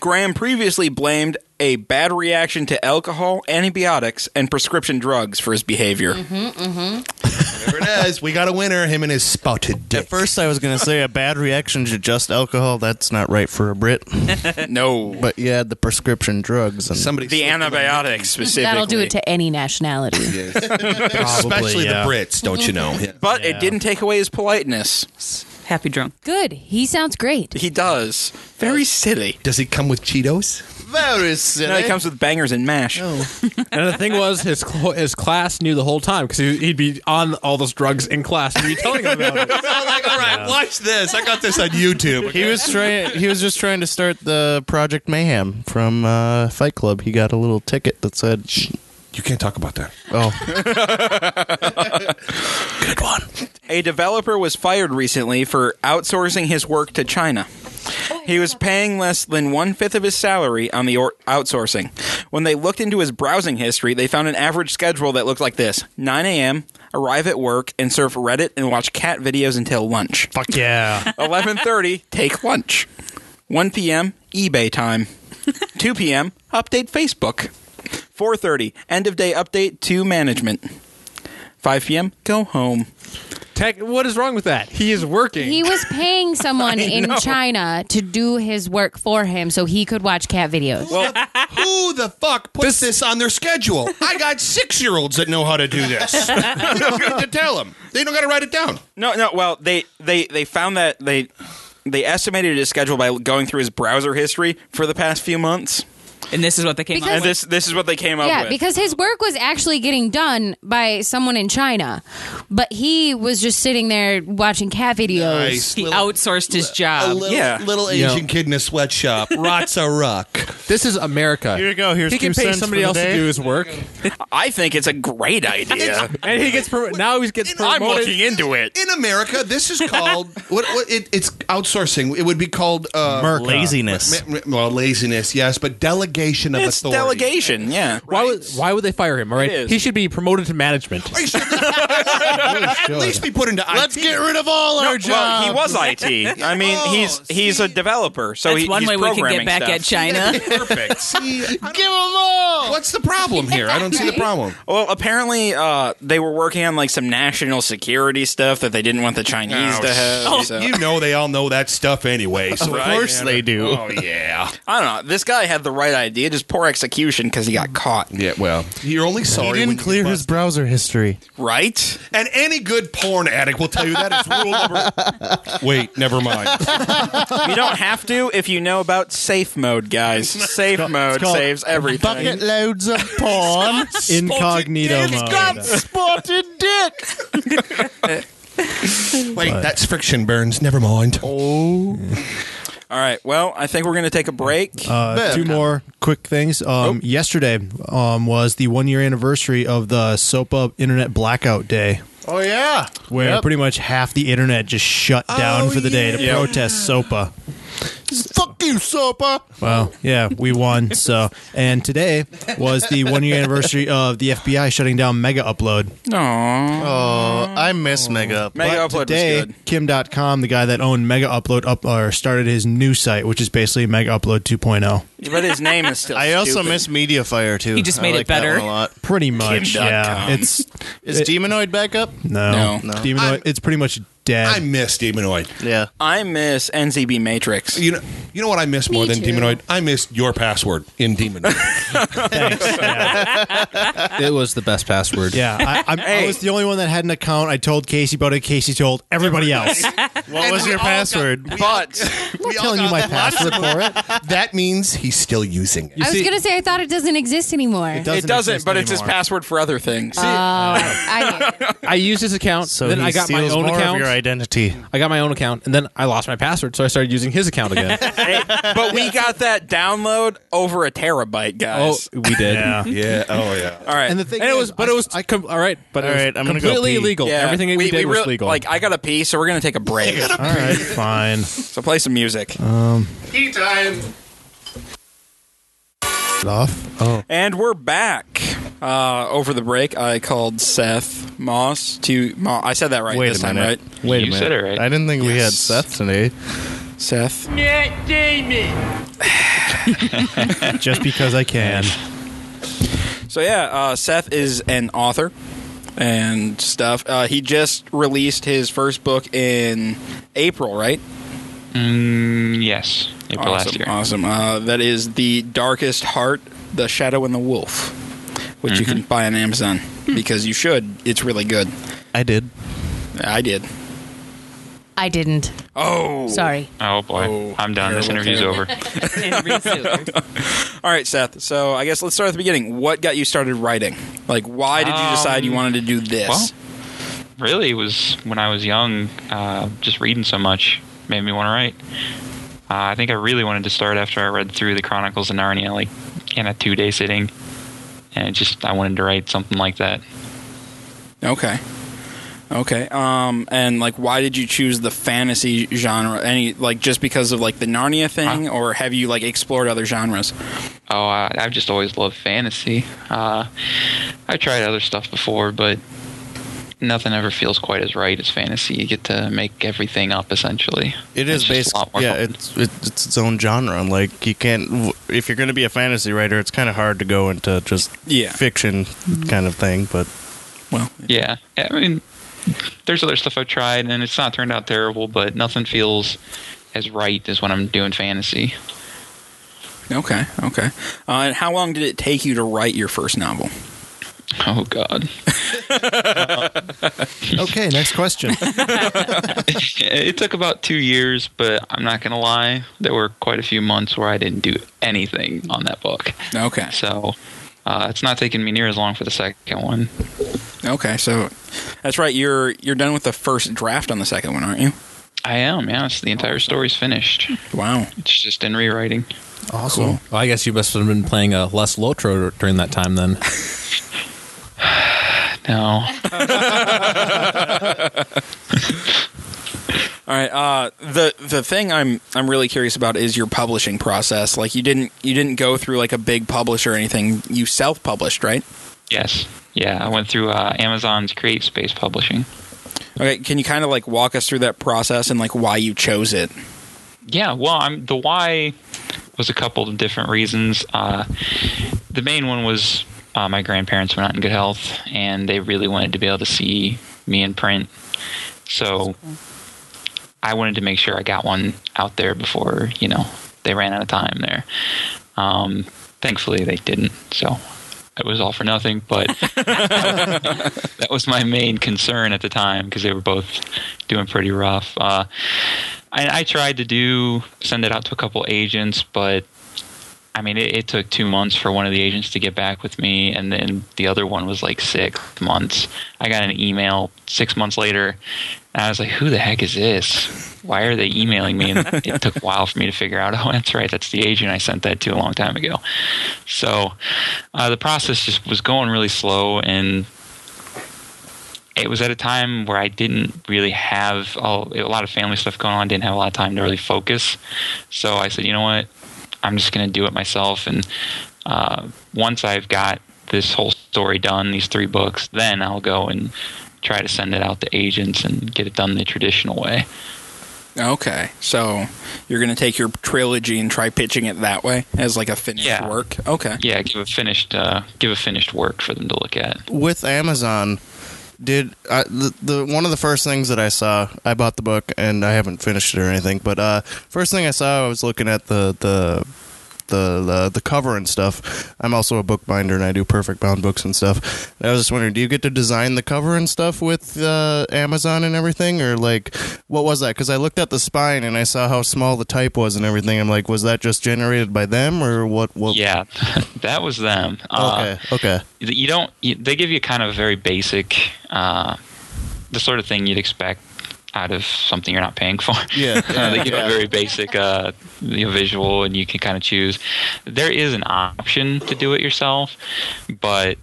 Speaker 1: Graham previously blamed a bad reaction to alcohol, antibiotics, and prescription drugs for his behavior.
Speaker 4: Mm-hmm.
Speaker 8: There it is. We got a winner. Him and his spouted dick.
Speaker 2: At first, I was gonna say a bad reaction to just alcohol. That's not right for a Brit.
Speaker 1: No.
Speaker 2: But you had the prescription drugs and
Speaker 8: somebody
Speaker 1: the
Speaker 8: slipped him a-
Speaker 1: antibiotics specifically.
Speaker 10: that'll do it to any nationality.
Speaker 8: especially
Speaker 4: yeah.
Speaker 8: the Brits, don't you know? Yeah.
Speaker 1: But it didn't take away his politeness.
Speaker 5: Happy drunk.
Speaker 10: Good. He sounds great.
Speaker 1: He does. Very silly.
Speaker 8: Does he come with Cheetos?
Speaker 2: very
Speaker 1: No,
Speaker 2: silly.
Speaker 1: he comes with bangers and mash.
Speaker 7: And the thing was, his cl- his class knew the whole time because he'd be on all those drugs in class and he'd be telling them about it.
Speaker 8: I'm like, all right, watch this. I got this on YouTube.
Speaker 2: He was trying. He was just trying to start the Project Mayhem from uh, Fight Club. He got a little ticket that said,
Speaker 8: You can't talk about that.
Speaker 2: "Oh,
Speaker 1: A developer was fired recently for outsourcing his work to China. He was paying less than one fifth of his salary on the or- outsourcing. When they looked into his browsing history, they found an average schedule that looked like this 9 a.m., arrive at work, and surf Reddit and watch cat videos until lunch.
Speaker 4: Fuck yeah.
Speaker 1: 11:30, take lunch. 1 p.m. eBay time. 2 p.m. update Facebook. 4:30, end of day update to management. 5 p.m. go home.
Speaker 7: Tech, what is wrong with that? He is working.
Speaker 10: He was paying someone in China to do his work for him so he could watch cat videos.
Speaker 8: Who the fuck puts this, on their schedule? I got six year olds that know how to do this. you don't get to tell them. They don't got to write it down.
Speaker 1: No, no, well, they they they found that they they estimated his schedule by going through his browser history for the past few months.
Speaker 5: And this is what they came
Speaker 10: Because-
Speaker 5: out
Speaker 1: And
Speaker 5: with.
Speaker 1: this this is what they came up
Speaker 10: Yeah,
Speaker 1: with.
Speaker 10: because his work was actually getting done by someone in China, but he was just sitting there watching cat videos.
Speaker 8: Nice.
Speaker 5: He outsourced his
Speaker 8: A
Speaker 5: job.
Speaker 8: little,
Speaker 1: yeah.
Speaker 8: little Asian kid in a sweatshop rots a ruck.
Speaker 7: this is America.
Speaker 2: Here you go, here's
Speaker 7: he can
Speaker 2: two
Speaker 7: pay
Speaker 2: cents
Speaker 7: somebody
Speaker 2: for the
Speaker 7: else to
Speaker 2: day.
Speaker 7: do his work,
Speaker 1: I think it's a great idea.
Speaker 7: and he gets pro- now he gets promoted.
Speaker 1: I'm looking into it.
Speaker 8: In America, this is called what? what it, it's outsourcing. It would be called uh,
Speaker 2: laziness."
Speaker 8: ma- ma- well, laziness, yes, but delegation of
Speaker 1: It's
Speaker 8: authority.
Speaker 1: delegation, yeah.
Speaker 7: Why would why would they fire him? All
Speaker 1: It
Speaker 7: right,
Speaker 1: is.
Speaker 7: he should be promoted to management.
Speaker 8: He should- At least be put into IT.
Speaker 2: Let's get rid of all our
Speaker 1: Well,
Speaker 2: jobs.
Speaker 1: he was IT. I mean, he's he's a developer, so
Speaker 5: Oh, That's
Speaker 1: he,
Speaker 5: one
Speaker 1: he's
Speaker 5: way we can get
Speaker 1: programming
Speaker 5: back at
Speaker 1: stuff.
Speaker 5: China.
Speaker 8: Perfect. See, I
Speaker 2: Give
Speaker 8: don't-
Speaker 2: them all.
Speaker 8: what's the problem here? I don't see the problem.
Speaker 1: Well, apparently uh, they were working on like some national security stuff that they didn't want the Chinese
Speaker 8: Oh,
Speaker 1: to have. so-
Speaker 8: You know they all know that stuff anyway. So
Speaker 2: Of course they do.
Speaker 8: Oh yeah.
Speaker 1: I don't know. This guy had the right idea, just poor execution because he got caught.
Speaker 8: Yeah. Well, you're only sorry
Speaker 2: He
Speaker 8: when
Speaker 2: didn't
Speaker 8: you
Speaker 2: clear
Speaker 8: bust.
Speaker 2: his browser history.
Speaker 1: Right?
Speaker 8: And any good porn addict will tell you that is rule number. Wait, never mind.
Speaker 1: you don't have to if you know about safe mode, guys. Safe mode
Speaker 2: called
Speaker 1: saves everything.
Speaker 2: Bucket loads of porn.
Speaker 4: Incognito
Speaker 2: It's
Speaker 4: mode.
Speaker 2: got spotted dick.
Speaker 8: Wait, that's friction burns. Never mind.
Speaker 1: All right. Well, I think we're going to take a break.
Speaker 4: Uh, two more quick things. Um, Yesterday um, was the one year anniversary of the SOPA Internet Blackout Day.
Speaker 2: Oh yeah,
Speaker 4: where pretty much half the internet just shut down for the day to
Speaker 2: Oh, yeah.
Speaker 4: protest SOPA.
Speaker 2: Fuck you, Sopa.
Speaker 4: Well, yeah, we won. So, and today was the one year anniversary of the FBI shutting down Mega Upload.
Speaker 2: Oh, I miss Mega.
Speaker 1: Mega
Speaker 4: But
Speaker 1: Upload was
Speaker 4: today,
Speaker 1: good.
Speaker 4: Kim.com, the guy that owned Mega Upload, up or started his new site, which is basically Mega Upload oh. 2.0.
Speaker 1: But his name is still.
Speaker 2: I also
Speaker 1: stupid.
Speaker 2: miss Mediafire too.
Speaker 5: He just
Speaker 2: I
Speaker 5: made it
Speaker 2: like that
Speaker 5: better.
Speaker 2: one a lot.
Speaker 4: Pretty much,
Speaker 1: Kim.com.
Speaker 4: yeah. It's
Speaker 2: Is Demonoid back up?
Speaker 4: no,
Speaker 1: No.
Speaker 4: Demonoid-
Speaker 8: I'm-
Speaker 4: it's pretty much dead.
Speaker 8: I miss Demonoid.
Speaker 2: Yeah.
Speaker 1: I miss NZB Matrix.
Speaker 8: You know, you know what I miss more than
Speaker 10: too.
Speaker 8: Demonoid? I miss your password in Demonoid.
Speaker 7: It was the best password.
Speaker 4: yeah, I, I'm, I was the only one that had an account. I told Casey about it. Casey told everybody else.
Speaker 2: What was your password?
Speaker 1: but
Speaker 8: we all
Speaker 4: telling you
Speaker 8: got
Speaker 4: my
Speaker 8: that.
Speaker 4: password for it.
Speaker 8: That means he's still using it.
Speaker 10: I was gonna say I thought it doesn't exist anymore.
Speaker 1: it doesn't.
Speaker 4: exist
Speaker 1: But it's his
Speaker 4: anymore.
Speaker 1: password for other things. Uh,
Speaker 10: I get it.
Speaker 7: I used his account,
Speaker 2: so
Speaker 7: then
Speaker 2: he
Speaker 7: I got my
Speaker 2: steals
Speaker 7: own
Speaker 2: more
Speaker 7: account.
Speaker 2: of your identity.
Speaker 7: I got my own account, and then I lost my password, so I started using his account again.
Speaker 1: but we got that download over a terabyte,
Speaker 7: oh,
Speaker 1: guys.
Speaker 7: we did.
Speaker 8: Yeah. Oh yeah.
Speaker 1: All right.
Speaker 4: And the thing
Speaker 7: And it
Speaker 4: is,
Speaker 7: was, but it was. I com- all right, but
Speaker 2: All
Speaker 7: it was
Speaker 2: right, I'm gonna go
Speaker 7: completely
Speaker 2: pee.
Speaker 7: illegal. Everything that we, did was
Speaker 1: really-
Speaker 7: legal.
Speaker 1: Like, I got to pee, so we're going to take a break.
Speaker 4: all right, fine.
Speaker 1: so play some music.
Speaker 4: Off. Oh,
Speaker 1: And we're back. Uh, over the break, I called Seth Moss to. Mo- I said that right
Speaker 2: Wait a
Speaker 1: this time,
Speaker 2: minute.
Speaker 1: right?
Speaker 2: Wait a minute.
Speaker 12: said it right.
Speaker 2: I didn't think we had
Speaker 1: Yes.
Speaker 2: Seth today.
Speaker 1: Seth.
Speaker 4: just because I can.
Speaker 1: So yeah, uh, Seth is an author and stuff. Uh, he just released his first book in April, right?
Speaker 12: Yes, April last year.
Speaker 1: Awesome. Uh, that is The Darkest Heart, The Shadow and the Wolf, which you can buy on Amazon because you should. It's really good.
Speaker 2: I did.
Speaker 1: I did.
Speaker 10: I didn't.
Speaker 1: Oh.
Speaker 10: Sorry.
Speaker 12: Oh boy,
Speaker 1: Oh,
Speaker 12: I'm done. This
Speaker 1: terrible,
Speaker 12: interview's
Speaker 1: terrible.
Speaker 12: over.
Speaker 5: And read Suter.
Speaker 1: All right, Seth. So I guess let's start at the beginning. What got you started writing? Like, why did you decide you
Speaker 12: Um,
Speaker 1: wanted to do this?
Speaker 12: well, really it was when I was young, uh, just reading so much made me want to write. Uh, I think I really wanted to start after I read through the Chronicles of Narnia, like in a two-day sitting, and it just I wanted to write something like that.
Speaker 1: Okay. Okay. Um and like why did you choose the fantasy genre? Any like just because of like the Narnia thing or have you like explored other genres?
Speaker 12: Oh, I, I've just always loved fantasy. Uh, I tried other stuff before, but nothing ever feels quite as right as fantasy. You get to make everything up essentially.
Speaker 2: It is
Speaker 12: It's just
Speaker 2: based.
Speaker 12: a lot more
Speaker 2: Yeah,
Speaker 12: fun.
Speaker 2: it's, it's it's its own genre. Like you can't. w- If you're going to be a fantasy writer, it's kind of hard to go into just
Speaker 1: Yeah.
Speaker 2: fiction kind of thing. But
Speaker 1: Well,
Speaker 12: Yeah, I mean, there's other stuff I've tried, and it's not turned out terrible, but nothing feels as right as when I'm doing fantasy.
Speaker 1: okay. Okay. Uh, and how long did it take you to write your first novel?
Speaker 12: Oh God,
Speaker 4: Okay, next question.
Speaker 12: it took about two years, but I'm not gonna lie, there were quite a few months where I didn't do anything on that book.
Speaker 1: Okay.
Speaker 12: So uh, it's not taking me near as long for the second one.
Speaker 1: Okay. So that's right. You're you're done with the first draft on the second one, aren't you?
Speaker 12: I am, yes. The entire story's finished.
Speaker 1: Wow.
Speaker 12: It's just in rewriting.
Speaker 7: awesome. Well, I guess you must have been playing a Les Lotro during that time then.
Speaker 12: No,
Speaker 1: All right. Uh, the the thing I'm I'm really curious about is your publishing process. Like you didn't you didn't go through like a big publisher or anything. You self published, right?
Speaker 12: yes, yeah. I went through uh, Amazon's Create Space Publishing.
Speaker 1: Okay, can you kind of like walk us through that process and like why you chose it?
Speaker 12: Yeah, well, I'm, the why was a couple of different reasons. Uh, the main one was uh, my grandparents were not in good health, and they really wanted to be able to see me in print. So I wanted to make sure I got one out there before you know they ran out of time there. Um, thankfully, they didn't. So it was all for nothing. But that was my main concern at the time because they were both doing pretty rough. Uh, I, I tried to do send it out to a couple agents, but I mean, it, it took two months for one of the agents to get back with me, and then the other one was like six months. I got an email six months later, and I was like, "Who the heck is this? Why are they emailing me?" And it took a while for me to figure out. Oh, that's right, that's the agent I sent that to a long time ago. So uh, the process just was going really slow, and it was at a time where I didn't really have all, a lot of family stuff going on. Didn't have a lot of time to really focus. So I said, you know what, I'm just going to do it myself. And uh, once I've got this whole story done, these three books, then I'll go and try to send it out to agents and get it done the traditional way.
Speaker 1: Okay, so you're going to take your trilogy and try pitching it that way as like a finished
Speaker 12: Yeah.
Speaker 1: work. Okay.
Speaker 12: Yeah, give a finished uh, give a finished work for them to look at.
Speaker 2: with Amazon, did I, the, the one of the first things that I saw? I bought the book and I haven't finished it or anything, but uh, first thing I saw, I was looking at the the. The, the the cover and stuff. I'm also a bookbinder and I do perfect bound books and stuff. And I was just wondering, do you get to design the cover and stuff with uh, Amazon and everything, or like what was that? Because I looked at the spine and I saw how small the type was and everything. I'm like, was that just generated by them or what? What?
Speaker 12: Yeah, that was them. Uh,
Speaker 2: Okay. okay.
Speaker 12: you don't you, they give you kind of a very basic uh, the sort of thing you'd expect out of something you're not paying for
Speaker 8: Yeah,
Speaker 12: Uh, they give
Speaker 8: yeah.
Speaker 12: you a very basic uh, you know, visual and you can kind of choose there is an option to do it yourself but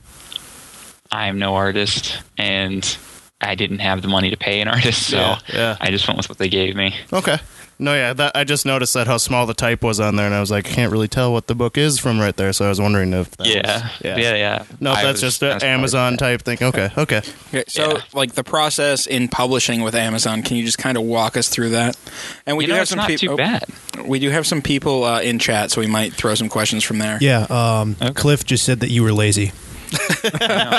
Speaker 12: i am no artist and i didn't have the money to pay an artist so
Speaker 2: Yeah, yeah.
Speaker 12: i just went with what they gave me
Speaker 2: Okay. No, yeah, that, I just noticed that how small the type was on there, and I was like, I can't really tell what the book is from right there, so I was wondering if that
Speaker 12: yeah.
Speaker 2: was-
Speaker 12: yeah yeah
Speaker 2: No,
Speaker 12: I
Speaker 2: that's
Speaker 12: was-
Speaker 2: just an Amazon type thing. Okay, okay.
Speaker 1: Okay, so like the process in publishing with Amazon, can you just kind of walk us through that? And we
Speaker 12: You
Speaker 1: do
Speaker 12: know,
Speaker 1: have
Speaker 12: it's
Speaker 1: some
Speaker 12: not
Speaker 1: peop-
Speaker 12: too
Speaker 1: oh,
Speaker 12: bad.
Speaker 1: We do have some people uh, in chat, so we might throw some questions from there.
Speaker 4: Yeah, um, Cliff just said that you were lazy.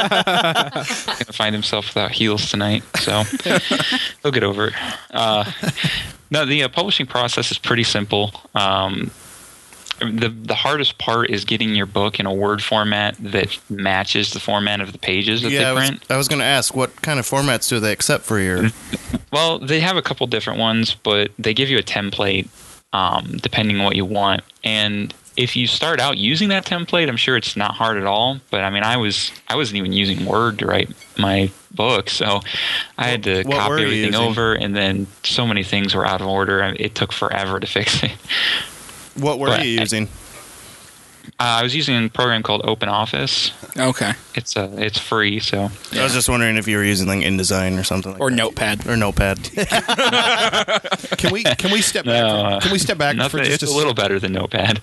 Speaker 12: gonna find himself without heels tonight, so he'll get over it. Uh, no, the uh, publishing process is pretty simple. Um, the the hardest part is getting your book in a word format that matches the format of the pages that
Speaker 2: yeah, I
Speaker 12: they
Speaker 2: was,
Speaker 12: print.
Speaker 2: I was going to ask, what kind of formats do they accept for your.
Speaker 12: Mm-hmm. Well, they have a couple different ones, but they give you a template um, depending on what you want. And if you start out using that template, I'm sure it's not hard at all. But I mean, I was I wasn't even using Word to write my book, so I had to
Speaker 2: What were
Speaker 12: copy
Speaker 2: you
Speaker 12: everything
Speaker 2: using?
Speaker 12: over, and then so many things were out of order. I- It took forever to fix it.
Speaker 2: What were
Speaker 12: But
Speaker 2: you using?
Speaker 12: Uh, I was using a program called Open Office.
Speaker 1: Okay.
Speaker 12: It's uh, it's free, so
Speaker 2: I was just wondering if you were using like InDesign or something like
Speaker 1: Or
Speaker 2: that.
Speaker 1: Notepad.
Speaker 2: Or Notepad.
Speaker 8: Can we can we step back?
Speaker 12: No,
Speaker 8: can we step back
Speaker 12: nothing-
Speaker 8: for just
Speaker 12: it's a little better than Notepad?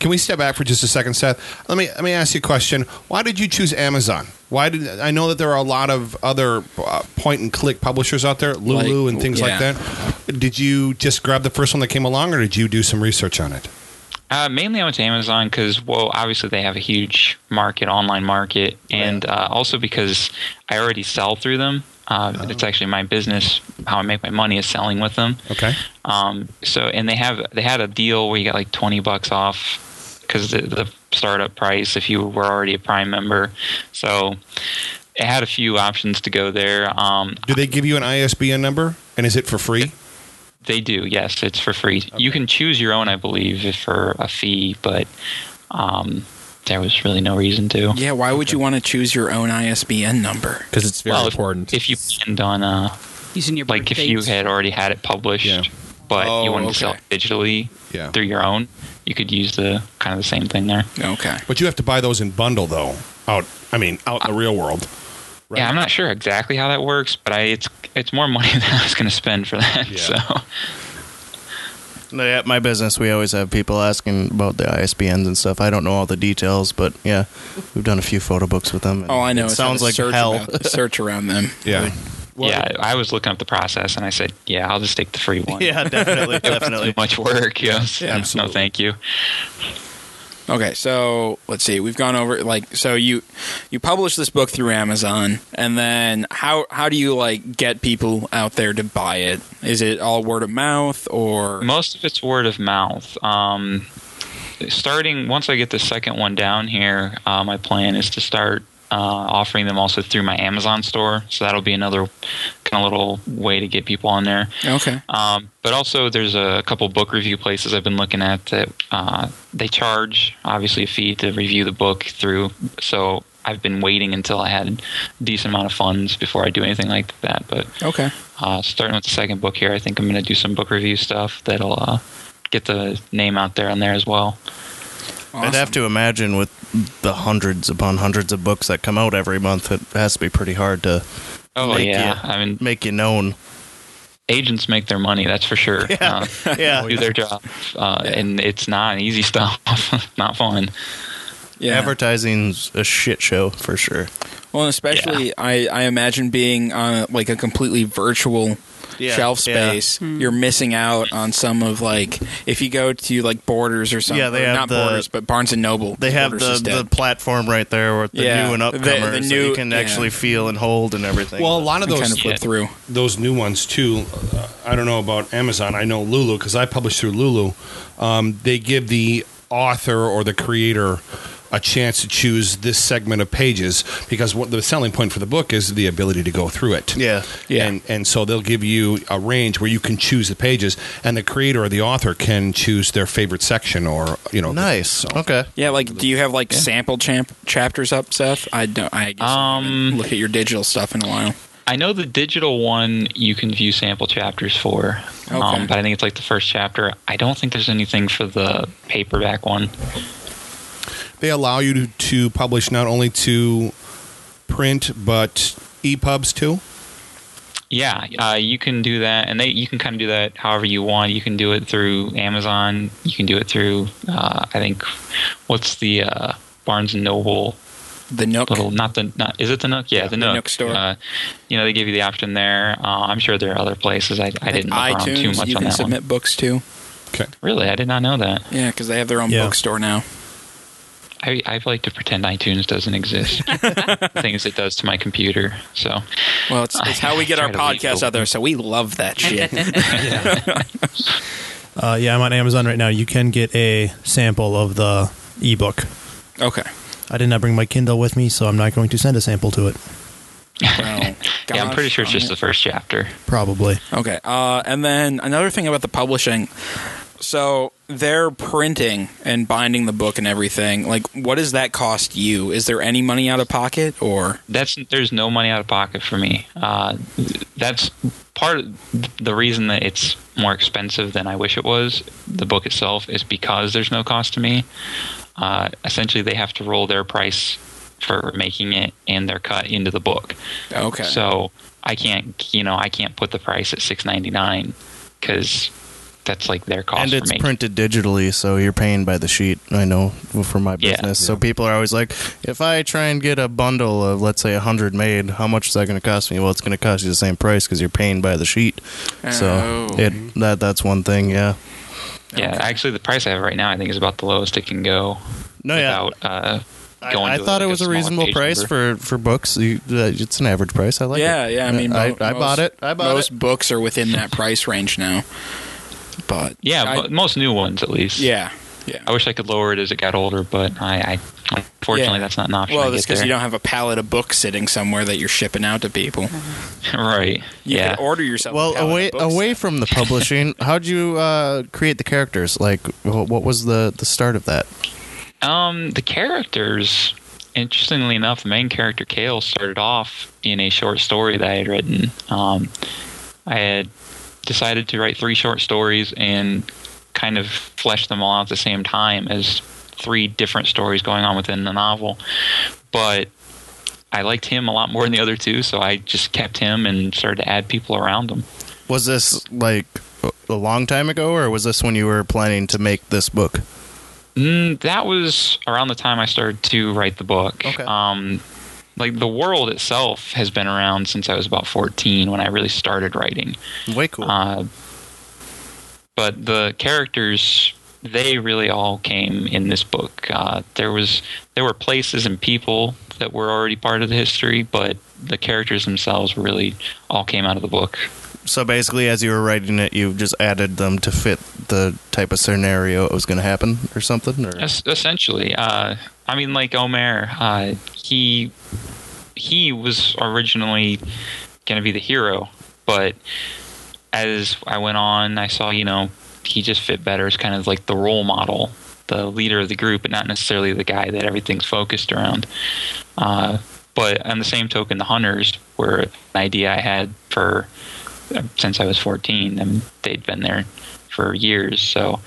Speaker 8: Can we step back for just a second, Seth? Let me let me ask you a question. Why did you choose Amazon? Why did I know that there are a lot of other uh, point and click publishers out there, Lulu
Speaker 1: Like-
Speaker 8: and things like
Speaker 1: yeah.
Speaker 8: that? Did you just grab the first one that came along, or did you do some research on it?
Speaker 12: Uh, mainly, I went to Amazon because, well, obviously they have a huge market, online market, and uh, also because I already sell through them. Uh, It's actually my business. How I make my money is selling with them.
Speaker 8: Okay.
Speaker 12: Um, so, and they have they had a deal where you got like twenty bucks off because the, the startup price if you were already a Prime member. So, it had a few options to go there. Um,
Speaker 8: Do they give you an ISBN number, and is it for free?
Speaker 12: they do, yes. It's for free. You can choose your own, I believe, if for a fee, but um, there was really no reason to.
Speaker 1: Yeah, why would you want to choose your own ISBN number?
Speaker 7: Because it's very
Speaker 12: Well, if-
Speaker 7: important.
Speaker 12: If, you planned on, uh,
Speaker 5: using your
Speaker 12: like, if you
Speaker 5: birthdates.
Speaker 12: had already had it published, but
Speaker 1: Oh,
Speaker 12: you wanted to sell
Speaker 1: okay.
Speaker 12: it digitally
Speaker 8: Yeah.
Speaker 12: through your own, you could use the kind of the same thing there.
Speaker 1: Okay.
Speaker 8: But you have to buy those in bundle, though. Out, I mean, out in the real world.
Speaker 12: Yeah, I'm not sure exactly how that works, but I it's it's more money than I was going to spend for that. So.
Speaker 2: No, yeah, at my business, we always have people asking about the ISBNs and stuff. I don't know all the details, but yeah, we've done a few photo books with them. and
Speaker 1: Oh, I know.
Speaker 2: It
Speaker 1: It's
Speaker 2: sounds
Speaker 1: a
Speaker 2: like
Speaker 1: search
Speaker 2: hell.
Speaker 1: Around, search around them.
Speaker 8: Yeah.
Speaker 12: yeah, I was looking up the process and I said, yeah, I'll just take the free one.
Speaker 2: Yeah, definitely,
Speaker 12: It was
Speaker 2: definitely.
Speaker 12: Too much work. Yes.
Speaker 1: Yeah,
Speaker 12: no,
Speaker 1: absolutely.
Speaker 12: thank you.
Speaker 1: Okay, so let's see. We've gone over like so you you publish this book through Amazon, and then how how do you like get people out there to buy it? Is it all word of mouth or
Speaker 12: Most of it's word of mouth. Um, starting once I get the second one down here, uh, my plan is to start uh, offering them also through my Amazon store. So that'll be another kind of little way to get people on there.
Speaker 1: okay?
Speaker 12: Um, but also, there's a couple book review places I've been looking at that uh, they charge obviously a fee to review the book through. So I've been waiting until I had a decent amount of funds before I do anything like that. But
Speaker 1: Okay.
Speaker 12: uh, starting with the second book here, I think I'm going to do some book review stuff that'll uh, get the name out there on there as well.
Speaker 2: I'd have to imagine with the hundreds upon hundreds of books that come out every month, it has to be pretty hard to
Speaker 12: Oh
Speaker 2: make
Speaker 12: yeah,
Speaker 2: you,
Speaker 12: I mean,
Speaker 2: make you known.
Speaker 12: Agents make their money, that's for sure.
Speaker 2: Yeah.
Speaker 12: Uh,
Speaker 2: Yeah.
Speaker 12: do their job, uh, and it's not easy stuff. not fun.
Speaker 1: Yeah.
Speaker 2: Advertising's a shit show for sure.
Speaker 1: Well, especially I, I imagine being on like a completely virtual
Speaker 2: Yeah,
Speaker 1: shelf
Speaker 2: yeah.
Speaker 1: space.
Speaker 2: Hmm.
Speaker 1: You're missing out on some of like if you go to like Borders or something.
Speaker 2: Yeah, they
Speaker 1: or
Speaker 2: have
Speaker 1: not
Speaker 2: the-
Speaker 1: Borders, but Barnes and Noble.
Speaker 2: They have
Speaker 1: Borders
Speaker 2: the,
Speaker 1: is
Speaker 2: the
Speaker 1: dead.
Speaker 2: platform right there with the
Speaker 1: Yeah,
Speaker 2: new and
Speaker 1: the- the
Speaker 2: upcomers, so
Speaker 1: new-
Speaker 2: you can
Speaker 1: yeah.
Speaker 2: actually feel and hold and everything.
Speaker 8: Well, a lot of those
Speaker 1: flip through
Speaker 8: those new ones too. Uh, I don't know about Amazon. I know Lulu because I publish through Lulu. Um, they give the author or the creator a chance to choose this segment of pages because what the selling point for the book is the ability to go through it.
Speaker 2: Yeah,
Speaker 8: yeah. And and so they'll give you a range where you can choose the pages, and the creator or the author can choose their favorite section or you know. Nice. Oh.
Speaker 2: Okay.
Speaker 1: Yeah, like do you have like sample champ- chapters up, Seth? I don't. I guess I
Speaker 12: Um,
Speaker 1: haven't looked at your digital stuff in a while.
Speaker 12: I know the digital one you can view sample chapters for,
Speaker 1: Okay.
Speaker 12: um, but I think it's like the first chapter. I don't think there's anything for the paperback one.
Speaker 8: They allow you to, to publish not only to print but EPUBs too.
Speaker 12: Yeah, uh, you can do that, and they you can kind of do that however you want. You can do it through Amazon. You can do it through uh, I think what's the uh, Barnes and Noble.
Speaker 1: The Nook,
Speaker 12: little not the not is it the Nook? Yeah, the Nook, store. Uh, you know they give you the option there. Uh, I'm sure there are other places. I, I didn't look around
Speaker 1: iTunes.
Speaker 12: too much
Speaker 1: you
Speaker 12: on
Speaker 1: can
Speaker 12: that
Speaker 1: submit
Speaker 12: one.
Speaker 1: books too.
Speaker 8: Okay.
Speaker 12: Really, I did not know that.
Speaker 1: Yeah, because they have their own
Speaker 12: Yeah.
Speaker 1: bookstore now.
Speaker 12: I, I like to pretend iTunes doesn't exist. the things it does to my computer. So,
Speaker 1: Well, it's, it's how we get our podcast out there, so we love that shit.
Speaker 4: Uh, yeah, I'm on Amazon right now. You can get a sample of the ebook.
Speaker 1: Okay.
Speaker 4: I did not bring my Kindle with me, so I'm not going to send a sample to it.
Speaker 1: Well,
Speaker 12: yeah, I'm pretty
Speaker 1: gosh
Speaker 12: sure it's just the first chapter.
Speaker 4: Probably.
Speaker 1: Okay. Uh, and then another thing about the publishing. So they're printing and binding the book and everything. Like, what does that cost you? Is there any money out of pocket or?
Speaker 12: That's there's no money out of pocket for me. Uh, that's part of the reason that it's more expensive than I wish it was. The book itself is because there's no cost to me. Uh, essentially, they have to roll their price for making it and their cut into the book.
Speaker 1: Okay.
Speaker 12: So I can't, you know, I can't put the price at six ninety nine because that's like their cost.
Speaker 2: and
Speaker 12: for
Speaker 2: it's
Speaker 12: making.
Speaker 2: printed digitally, so you're paying by the sheet. I know for my
Speaker 12: Yeah.
Speaker 2: business, so people are always like, if I try and get a bundle of let's say hundred made, how much is that going to cost me? Well, it's going to cost you the same price because you're paying by the sheet. So
Speaker 12: Oh.
Speaker 2: it that that's one thing. Yeah.
Speaker 12: Yeah, actually, the price I have right now, I think, is about the lowest it can go.
Speaker 2: No, yeah.
Speaker 12: Without, uh,
Speaker 2: I,
Speaker 12: going
Speaker 2: I
Speaker 12: to,
Speaker 2: thought it
Speaker 12: like,
Speaker 2: was a
Speaker 12: smaller
Speaker 2: reasonable
Speaker 12: page
Speaker 2: price
Speaker 12: number.
Speaker 2: for for books. You, uh, it's an average price. I like
Speaker 1: yeah,
Speaker 2: it. Uh,
Speaker 1: yeah. I mean,
Speaker 2: I,
Speaker 1: mo-
Speaker 2: I
Speaker 1: most-
Speaker 2: bought it. I bought
Speaker 1: most
Speaker 2: it.
Speaker 1: books are within that price range now. But
Speaker 12: Yeah,
Speaker 1: I-
Speaker 12: but most new ones at least.
Speaker 1: Yeah,
Speaker 12: I wish I could lower it as it got older, but I, I unfortunately
Speaker 1: Yeah.
Speaker 12: that's not an option.
Speaker 1: Well,
Speaker 12: I
Speaker 1: that's
Speaker 12: get
Speaker 1: because
Speaker 12: there.
Speaker 1: you don't have a pallet of books sitting somewhere that you're shipping out to people.
Speaker 12: right.
Speaker 1: You
Speaker 12: yeah.
Speaker 1: could order yourself.
Speaker 2: Uh-huh.
Speaker 1: a
Speaker 2: Well,
Speaker 1: pallet
Speaker 2: away
Speaker 1: of books.
Speaker 2: away from the publishing, how'd you uh, create the characters? Like, wh- what was the the start of that?
Speaker 12: Um, the characters, interestingly enough, the main character Kale started off in a short story that I had written. Um, I had decided to write three short stories and kind of flesh them all out at the same time as three different stories going on within the novel. But I liked him a lot more than the other two, so I just kept him and started to add people around him.
Speaker 2: Was this like a- a long time ago, or was this when you were planning to make this book?
Speaker 12: Mm, that was around the time I started to write the book. Okay. Um, like the world itself has been around since I was about 14 when I really started writing.
Speaker 2: Way cool.
Speaker 12: Uh, but the characters, they really all came in this book. Uh, there was there were places and people that were already part of the history, but the characters themselves really all came out of the book.
Speaker 2: So basically, as you were writing it, you just added them to fit the type of scenario it was going to happen, or something. Or
Speaker 12: Es- essentially, uh, I mean, like Omer, uh, he he was originally going to be the hero, but as I went on, I saw you know he just fit better as kind of like the role model, the leader of the group, but not necessarily the guy that everything's focused around. Uh, but on the same token, the hunters were an idea I had for since I was 14, and they'd been there for years. So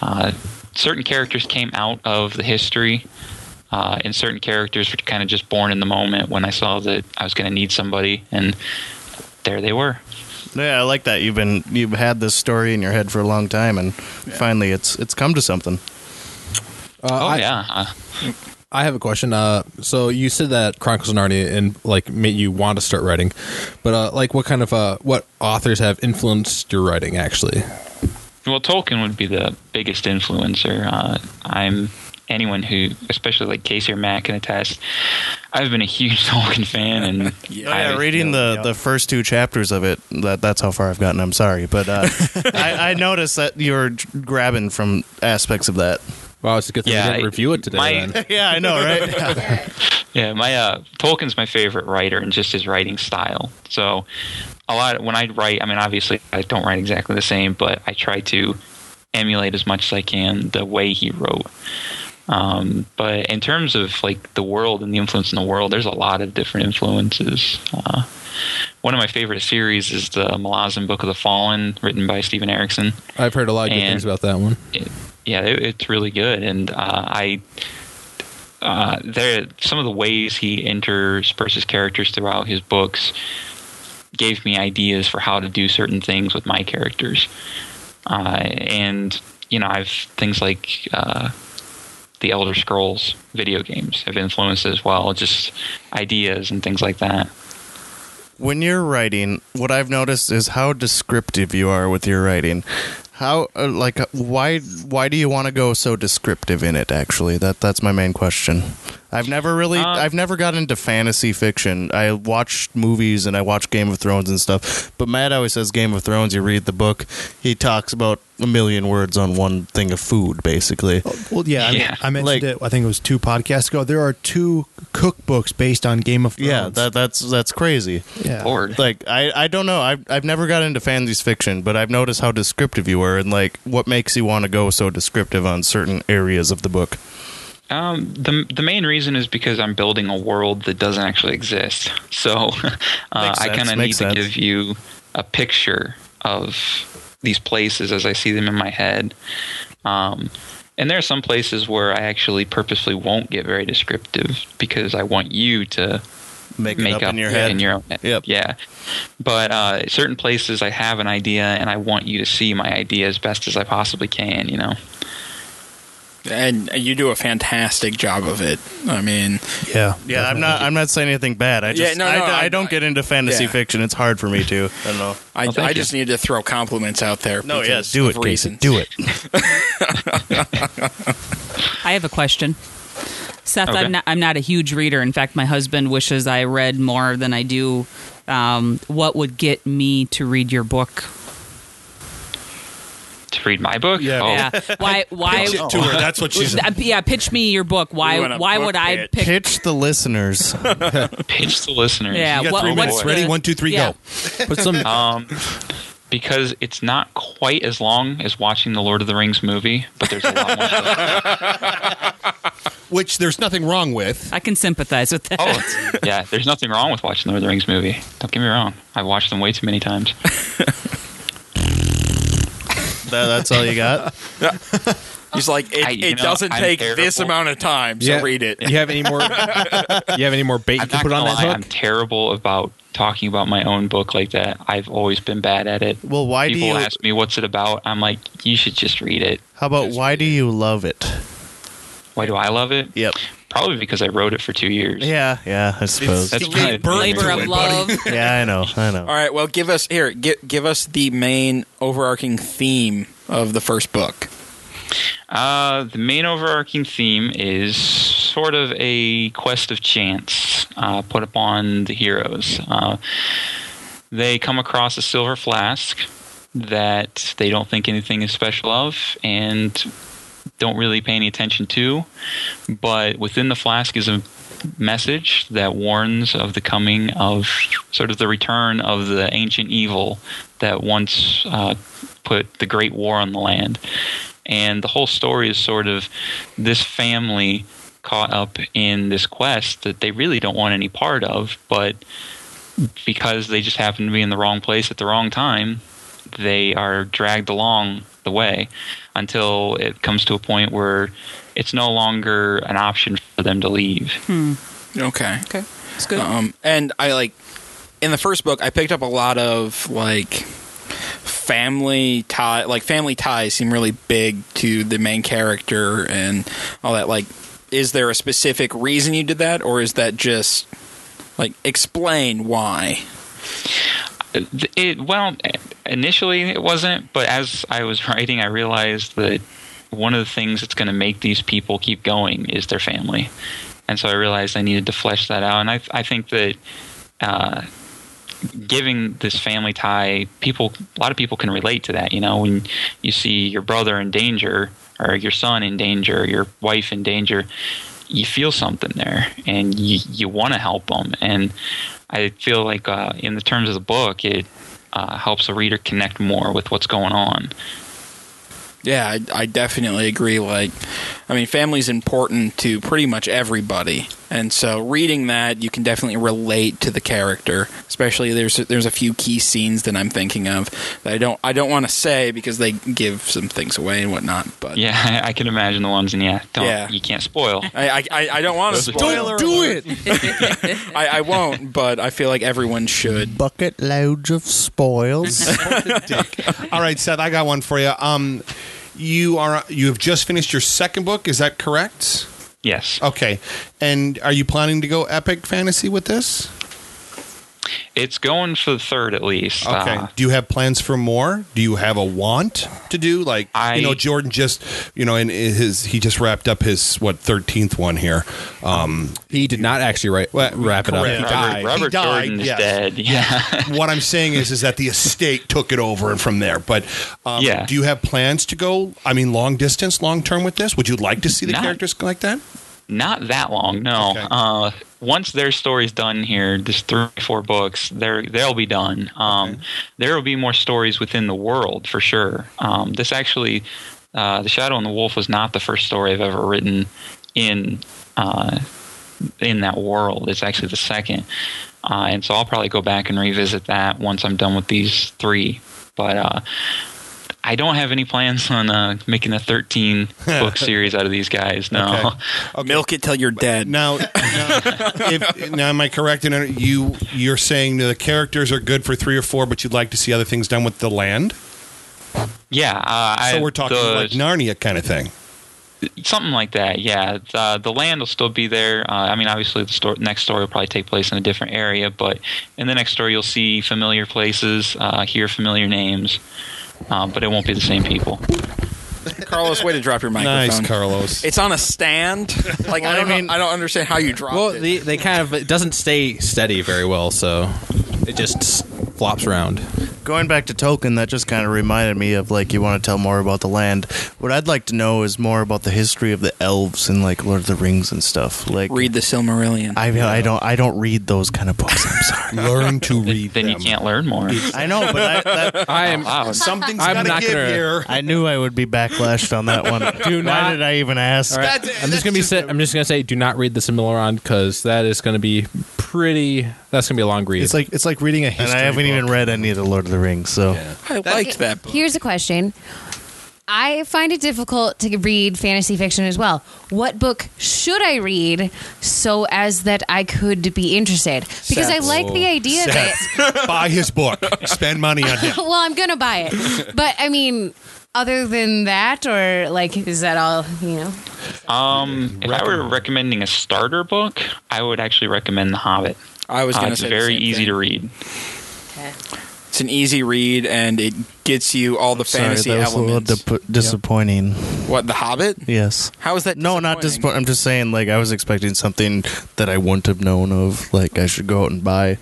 Speaker 12: uh, certain characters came out of the history uh, and certain characters were kind of just born in the moment when I saw that I was going to need somebody, and there they were.
Speaker 2: Yeah, I like that. You've been you've had this story in your head for a long time, and finally, it's it's come to something.
Speaker 12: oh
Speaker 7: I-
Speaker 12: yeah.
Speaker 7: I have a question. Uh, so you said that Chronicles of Narnia and like made you want to start writing, but uh, like what kind of uh, what authors have influenced your writing actually?
Speaker 12: Well, Tolkien would be the biggest influencer. Uh, I'm anyone who, especially like Casey or Matt, can attest. I've been a huge Tolkien fan, and
Speaker 2: Oh, yeah,
Speaker 12: I-
Speaker 2: reading the, the first two chapters of it, that, that's how far I've gotten. I'm sorry. But uh, I, I noticed that you were grabbing from aspects of that.
Speaker 7: Wow, it's a good
Speaker 2: thing
Speaker 12: we Yeah, didn't I- review it today, my- then.
Speaker 2: yeah, I know, right?
Speaker 12: Yeah, my uh, Tolkien's my favorite writer, and just his writing style. So, a lot when I write, I mean, obviously I don't write exactly the same, but I try to emulate as much as I can the way he wrote. Um, but in terms of like the world and the influence in the world, there's a lot of different influences. Uh, one of my favorite series is the Malazan Book of the Fallen, written by Stephen Erickson.
Speaker 7: I've heard a lot of good
Speaker 12: And-
Speaker 7: things about that one.
Speaker 12: yeah, it, it's really good, and uh, I uh, there some of the ways he intersperses characters throughout his books gave me ideas for how to do certain things with my characters, uh, and you know, I've things like uh, the Elder Scrolls video games have influenced as well, just ideas and things like that.
Speaker 2: when you're writing, what I've noticed is how descriptive you are with your writing. How uh, like why why do you want to go so descriptive in it? Actually, that that's my main question. I've never really I've never got into fantasy fiction. I watch movies and I watch Game of Thrones and stuff. But Matt always says Game of Thrones. You read the book, he talks about a million words on one thing of food, basically.
Speaker 4: Well, yeah,
Speaker 2: Yeah.
Speaker 4: I, I mentioned it. I think it was two podcasts ago. There are two cookbooks based on Game of Thrones.
Speaker 2: Yeah, that, that's that's crazy.
Speaker 4: Yeah.
Speaker 2: Like I, I don't know. I've I've never got into fantasy fiction, but I've noticed how descriptive you were and like what makes you want to go so descriptive on certain areas of the book.
Speaker 12: Um, the the main reason is because I'm building a world that doesn't actually exist. So uh,
Speaker 2: Makes
Speaker 12: I
Speaker 2: sense,
Speaker 12: kind of need
Speaker 2: makes
Speaker 12: to
Speaker 2: sense.
Speaker 12: give you a picture of these places as I see them in my head. Um, and there are some places where I actually purposely won't get very descriptive because I want you to
Speaker 2: make, it up in your
Speaker 12: yeah,
Speaker 2: head.
Speaker 12: In your own head. Yeah. But uh, certain places I have an idea and I want you to see my idea as best as I possibly can, you know?
Speaker 1: and you do a fantastic job of it. I mean,
Speaker 4: Yeah.
Speaker 2: Yeah, I'm not I'm not saying anything bad. I
Speaker 1: Yeah,
Speaker 2: just
Speaker 1: no, no,
Speaker 2: I, I
Speaker 1: I-
Speaker 2: don't get into fantasy
Speaker 1: yeah.
Speaker 2: fiction. It's hard for me to. I don't know.
Speaker 1: I, I just need to throw compliments out there.
Speaker 2: No, yes,
Speaker 1: because
Speaker 2: do
Speaker 1: of
Speaker 2: it, Casey.
Speaker 1: reasons.
Speaker 2: Do it.
Speaker 5: I have a question. Seth,
Speaker 12: Okay.
Speaker 5: I'm, not, I'm not a huge reader. In fact, my husband wishes I read more than I do. Um, what would get me to read your book?
Speaker 12: To read my book? Oh, Yeah.
Speaker 5: Yeah. Why? Why?
Speaker 12: Pitch it to her. That's what she's-
Speaker 5: Yeah. Pitch me your book.
Speaker 12: We
Speaker 5: Why?
Speaker 12: want a
Speaker 5: Why
Speaker 12: book
Speaker 5: would I pick?
Speaker 2: Pitch the listeners.
Speaker 12: Pitch the listeners.
Speaker 5: Yeah, You got what- three what's minutes. Ready? the- One, two, three, yeah. go. Put some-
Speaker 12: um, because it's not quite as long as watching the Lord of the Rings movie, but there's a lot more.
Speaker 8: Which there's nothing wrong with.
Speaker 5: I can sympathize with that.
Speaker 12: Oh, yeah, there's nothing wrong with watching the Lord of the Rings movie. Don't get me wrong. I've watched them way too many times.
Speaker 2: That- that's all you got.
Speaker 1: He's like, it,
Speaker 12: I- you
Speaker 1: it
Speaker 12: know,
Speaker 1: doesn't
Speaker 12: I'm
Speaker 1: take this
Speaker 12: terrible.
Speaker 1: amount of time, so read it.
Speaker 7: You have any more? you have any more bait you can
Speaker 12: Not
Speaker 7: put on
Speaker 12: gonna
Speaker 7: that
Speaker 12: lie,
Speaker 7: hook?
Speaker 12: I'm terrible about talking about my own book like that. I've always been bad at it.
Speaker 2: Well, why do
Speaker 12: People
Speaker 2: you-
Speaker 12: ask me what's it about? I'm like, you should just read it.
Speaker 2: How about why do you love it?
Speaker 12: Why do I love it?
Speaker 2: Yep.
Speaker 12: Probably because I wrote it for two years.
Speaker 2: Yeah, yeah, I suppose.
Speaker 12: That's you gave kinda birth weird. to it, buddy.
Speaker 2: yeah, I know, I know.
Speaker 1: All right, well, give us here. Give, give us the main overarching theme of the first book.
Speaker 12: Uh, the main overarching theme is sort of a quest of chance uh, put upon the heroes. Uh, they come across a silver flask that they don't think anything is special of and don't really pay any attention to. But within the flask is a message that warns of the coming of sort of the return of the ancient evil that once uh, put the Great War on the land. And the whole story is sort of this family caught up in this quest that they really don't want any part of, but because they just happen to be in the wrong place at the wrong time, they are dragged along the way until it comes to a point where it's no longer an option for them to leave.
Speaker 1: Hmm. Okay.
Speaker 5: Okay. It's good.
Speaker 1: Um, and I like in the first book, I picked up a lot of like family tie, like family ties seem really big to the main character and all that. Like, is there a specific reason you did that, or is that just like explain why?
Speaker 12: It well, initially it wasn't, but as I was writing, I realized that one of the things that's going to make these people keep going is their family, and so I realized I needed to flesh that out. And I I think that uh, giving this family tie, people a lot of people can relate to that. You know, when you see your brother in danger, or your son in danger, or your wife in danger, you feel something there, and you you want to help them. And I feel like uh, in the terms of the book, it uh, helps the reader connect more with what's going on.
Speaker 1: Yeah, I, I definitely agree. Like, I mean, family's important to pretty much everybody, and so reading that, you can definitely relate to the character. Especially there's there's a few key scenes that I'm thinking of that I don't I don't want to say because they give some things away and whatnot. But
Speaker 12: yeah, I, I can imagine the ones, and yeah, don't, yeah, you can't spoil.
Speaker 1: I I, I don't want to spoil.
Speaker 12: Don't do it.
Speaker 1: I, I won't, but I feel like everyone should.
Speaker 9: Bucket loads of spoils.
Speaker 8: All right, Seth, I got one for you. Um, you are you have just finished your second book. Is that correct?
Speaker 12: Yes.
Speaker 8: Okay. And are you planning to go epic fantasy with this?
Speaker 12: It's going for the third at least.
Speaker 8: Okay.
Speaker 12: Uh,
Speaker 8: do you have plans for more? Do you have a want to do? Like
Speaker 12: I-
Speaker 8: you know, Jordan just you know, and his he just wrapped up his what thirteenth one here. Um,
Speaker 7: he did not actually write wrap it up.
Speaker 8: Correct.
Speaker 7: He
Speaker 8: died.
Speaker 12: Robert,
Speaker 8: He
Speaker 12: Robert
Speaker 8: died,
Speaker 12: Jordan is
Speaker 8: yes.
Speaker 12: dead. Yeah.
Speaker 8: what I'm saying is, is that the estate took it over and from there. But um,
Speaker 12: Yeah.
Speaker 8: do you have plans to go? I mean, long distance, long term with this? Would you like to see the
Speaker 12: Not-
Speaker 8: characters like that?
Speaker 12: Not that long, no.
Speaker 8: Okay.
Speaker 12: Uh, once their story's done here, this three four books, they're they'll be done. Um, There will be more stories within the world for sure. Um, this actually, uh, the Shadow and the Wolf was not the first story I've ever written in uh, in that world. It's actually the second, uh, and so I'll probably go back and revisit that once I'm done with these three. But uh, I don't have any plans on uh, making a 13 book series out of these guys. No.
Speaker 8: Okay.
Speaker 1: Milk it till you're dead.
Speaker 8: Now, now, if, now am I correct in you? You're saying the characters are good for three or four, but you'd like to see other things done with the land.
Speaker 12: Yeah, uh,
Speaker 8: so
Speaker 12: I-
Speaker 8: we're talking
Speaker 12: the-
Speaker 8: like Narnia kind of thing.
Speaker 12: something like that. Yeah, the, the land will still be there. Uh, I mean, obviously, the sto- next story will probably take place in a different area, but in the next story, you'll see familiar places, uh, hear familiar names, uh, but it won't be the same people.
Speaker 1: Carlos, way to drop your microphone.
Speaker 12: Nice,
Speaker 8: Carlos.
Speaker 1: It's on a stand. Like I don't know, I don't understand how you dropped
Speaker 7: Well,
Speaker 1: it.
Speaker 7: the, they kind of it doesn't stay steady very well, so it just flops around.
Speaker 2: Going back to Tolkien, that just kind of reminded me of like you want to tell more about the land. What I'd like to know is more about the history of the elves and like Lord of the Rings and stuff. Like
Speaker 1: read the Silmarillion.
Speaker 2: I I don't I don't read those kind of books. I'm sorry.
Speaker 8: Learn to read.
Speaker 12: Then you can't learn more.
Speaker 2: I know, but I, that,
Speaker 7: I am
Speaker 1: Uh,
Speaker 8: Something's
Speaker 7: I'm
Speaker 8: gotta
Speaker 7: not
Speaker 8: give
Speaker 7: gonna-
Speaker 8: here.
Speaker 2: I knew I would be backlashed on that one.
Speaker 7: Do
Speaker 2: Why
Speaker 7: not-
Speaker 2: did I even ask?
Speaker 7: All right. I'm just gonna be. Say, I'm just gonna say, do not read the Similaron because that is gonna be pretty. That's gonna be a long read.
Speaker 9: It's like it's like reading a
Speaker 2: And
Speaker 9: history.
Speaker 2: I haven't even read any of the Lord of the Rings, so
Speaker 1: I liked that book.
Speaker 10: Here's a question. I find it difficult to read fantasy fiction as well. What book should I read so as that I could be interested? Because I
Speaker 8: Seth.
Speaker 10: like the
Speaker 1: Oh.
Speaker 10: idea that
Speaker 8: Seth, buy his book. Spend money on him.
Speaker 10: well, I'm gonna buy it. But I mean, other than that, or like, is that all? You know,
Speaker 12: Um, if I were recommending a starter book, I would actually recommend The Hobbit.
Speaker 1: I was
Speaker 12: Uh,
Speaker 1: going to
Speaker 12: it's
Speaker 1: say the
Speaker 12: very
Speaker 1: same
Speaker 12: easy
Speaker 1: thing.
Speaker 12: to read.
Speaker 1: It's an easy read, and it gets you all the
Speaker 2: sorry,
Speaker 1: fantasy
Speaker 2: that was
Speaker 1: elements.
Speaker 2: a little dip- disappointing.
Speaker 1: What the Hobbit?
Speaker 2: Yes.
Speaker 1: How is that?
Speaker 2: No, not disappointing. I'm just saying, like, I was expecting something that I wouldn't have known of. Like, I should go out and buy.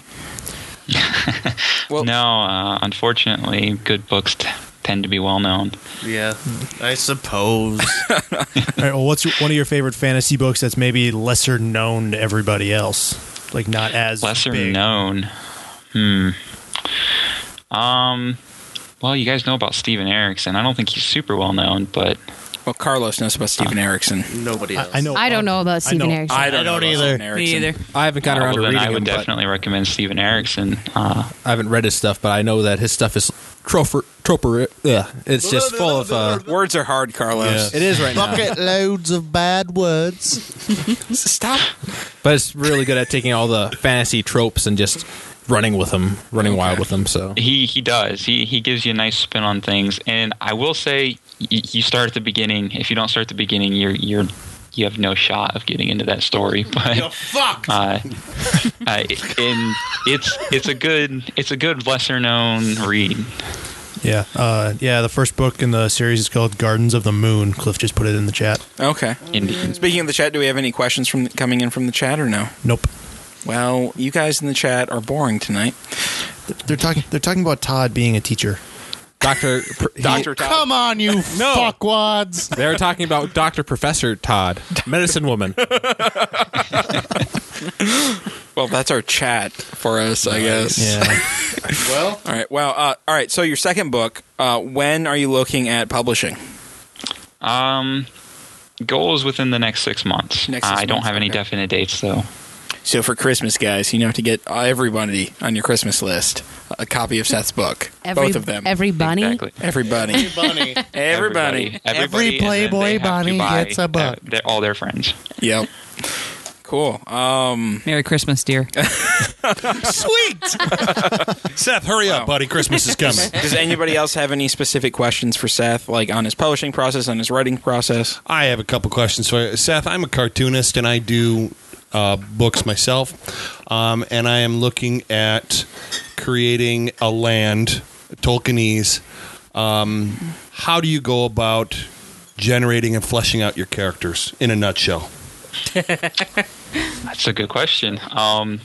Speaker 1: Oh.
Speaker 12: no, uh, unfortunately, good books t- tend to be well known.
Speaker 2: Yeah, I suppose.
Speaker 4: All right, well, what's your, one of your favorite fantasy books that's maybe lesser known to everybody else? Like not as
Speaker 12: lesser
Speaker 4: big.
Speaker 12: known. Hmm. Um. Well, you guys know about Steven Erickson. I don't think he's super well known, but
Speaker 1: Well, Carlos knows about Steven Erickson.
Speaker 8: Nobody
Speaker 1: else.
Speaker 4: Oh,
Speaker 10: I know.
Speaker 4: um,
Speaker 10: I
Speaker 4: uh,
Speaker 10: don't know about Steven Erickson.
Speaker 1: I don't, know about Steven Erickson.
Speaker 7: I haven't gotten
Speaker 12: Uh,
Speaker 7: around
Speaker 12: well,
Speaker 7: to
Speaker 12: then
Speaker 7: reading
Speaker 12: I would
Speaker 7: him, but-
Speaker 12: definitely recommend Steven Erickson. Uh,
Speaker 7: I haven't read his stuff, but I know that his stuff is troper. troper yeah, it's just full of uh,
Speaker 1: Words are hard, Carlos.
Speaker 7: Yeah. It is right now.
Speaker 2: Bucket loads of bad words.
Speaker 1: Stop.
Speaker 7: but it's really good at taking all the fantasy tropes and just running with them, running wild with them. So
Speaker 12: he he does. He he gives you a nice spin on things. And I will say, y- you start at the beginning. If you don't start at the beginning, you're you're you have no shot of getting into that story. But
Speaker 8: You're fucked.
Speaker 12: Uh, uh, and it's it's a good it's a good lesser known read.
Speaker 4: Yeah, uh, yeah. The first book in the series is called Gardens of the Moon. Cliff just put it in the chat.
Speaker 1: Okay.
Speaker 12: Indeed.
Speaker 1: Speaking of the chat, do we have any questions from coming in from the chat or no?
Speaker 4: Nope.
Speaker 1: Well, you guys in the chat are boring tonight.
Speaker 4: They're talking. They're talking about Todd being a teacher.
Speaker 7: Doctor
Speaker 1: Doctor Todd.
Speaker 2: Come on, you fuckwads.
Speaker 7: They're talking about Doctor Professor Todd, medicine woman.
Speaker 1: Well, that's our chat for us, I guess.
Speaker 8: Yeah. well,
Speaker 1: all right. Well, uh, all right. So your second book. Uh, when are you looking at publishing?
Speaker 12: Um, goals within the next six months.
Speaker 1: Next six
Speaker 12: I don't
Speaker 1: months,
Speaker 12: have any
Speaker 1: okay.
Speaker 12: definite dates though.
Speaker 1: So for Christmas, guys, you know to get everybody on your Christmas list a copy of Seth's book.
Speaker 10: Every-
Speaker 1: Both of them.
Speaker 10: every bunny? Exactly.
Speaker 1: Everybody.
Speaker 2: Everybody.
Speaker 1: Everybody.
Speaker 12: Every Playboy bunny gets a book. They're all their friends.
Speaker 1: Yep. Cool. Um,
Speaker 5: Merry Christmas, dear.
Speaker 8: Sweet. Seth, hurry up, buddy. Christmas is coming.
Speaker 1: Does anybody else have any specific questions for Seth, like on his publishing process, on his writing process?
Speaker 8: I have a couple questions for you. Seth. I'm a cartoonist and I do uh, books myself, um, and I am looking at creating a land, Tolkienese. Um, how do you go about generating and fleshing out your characters in a nutshell?
Speaker 12: That's a good question. Um,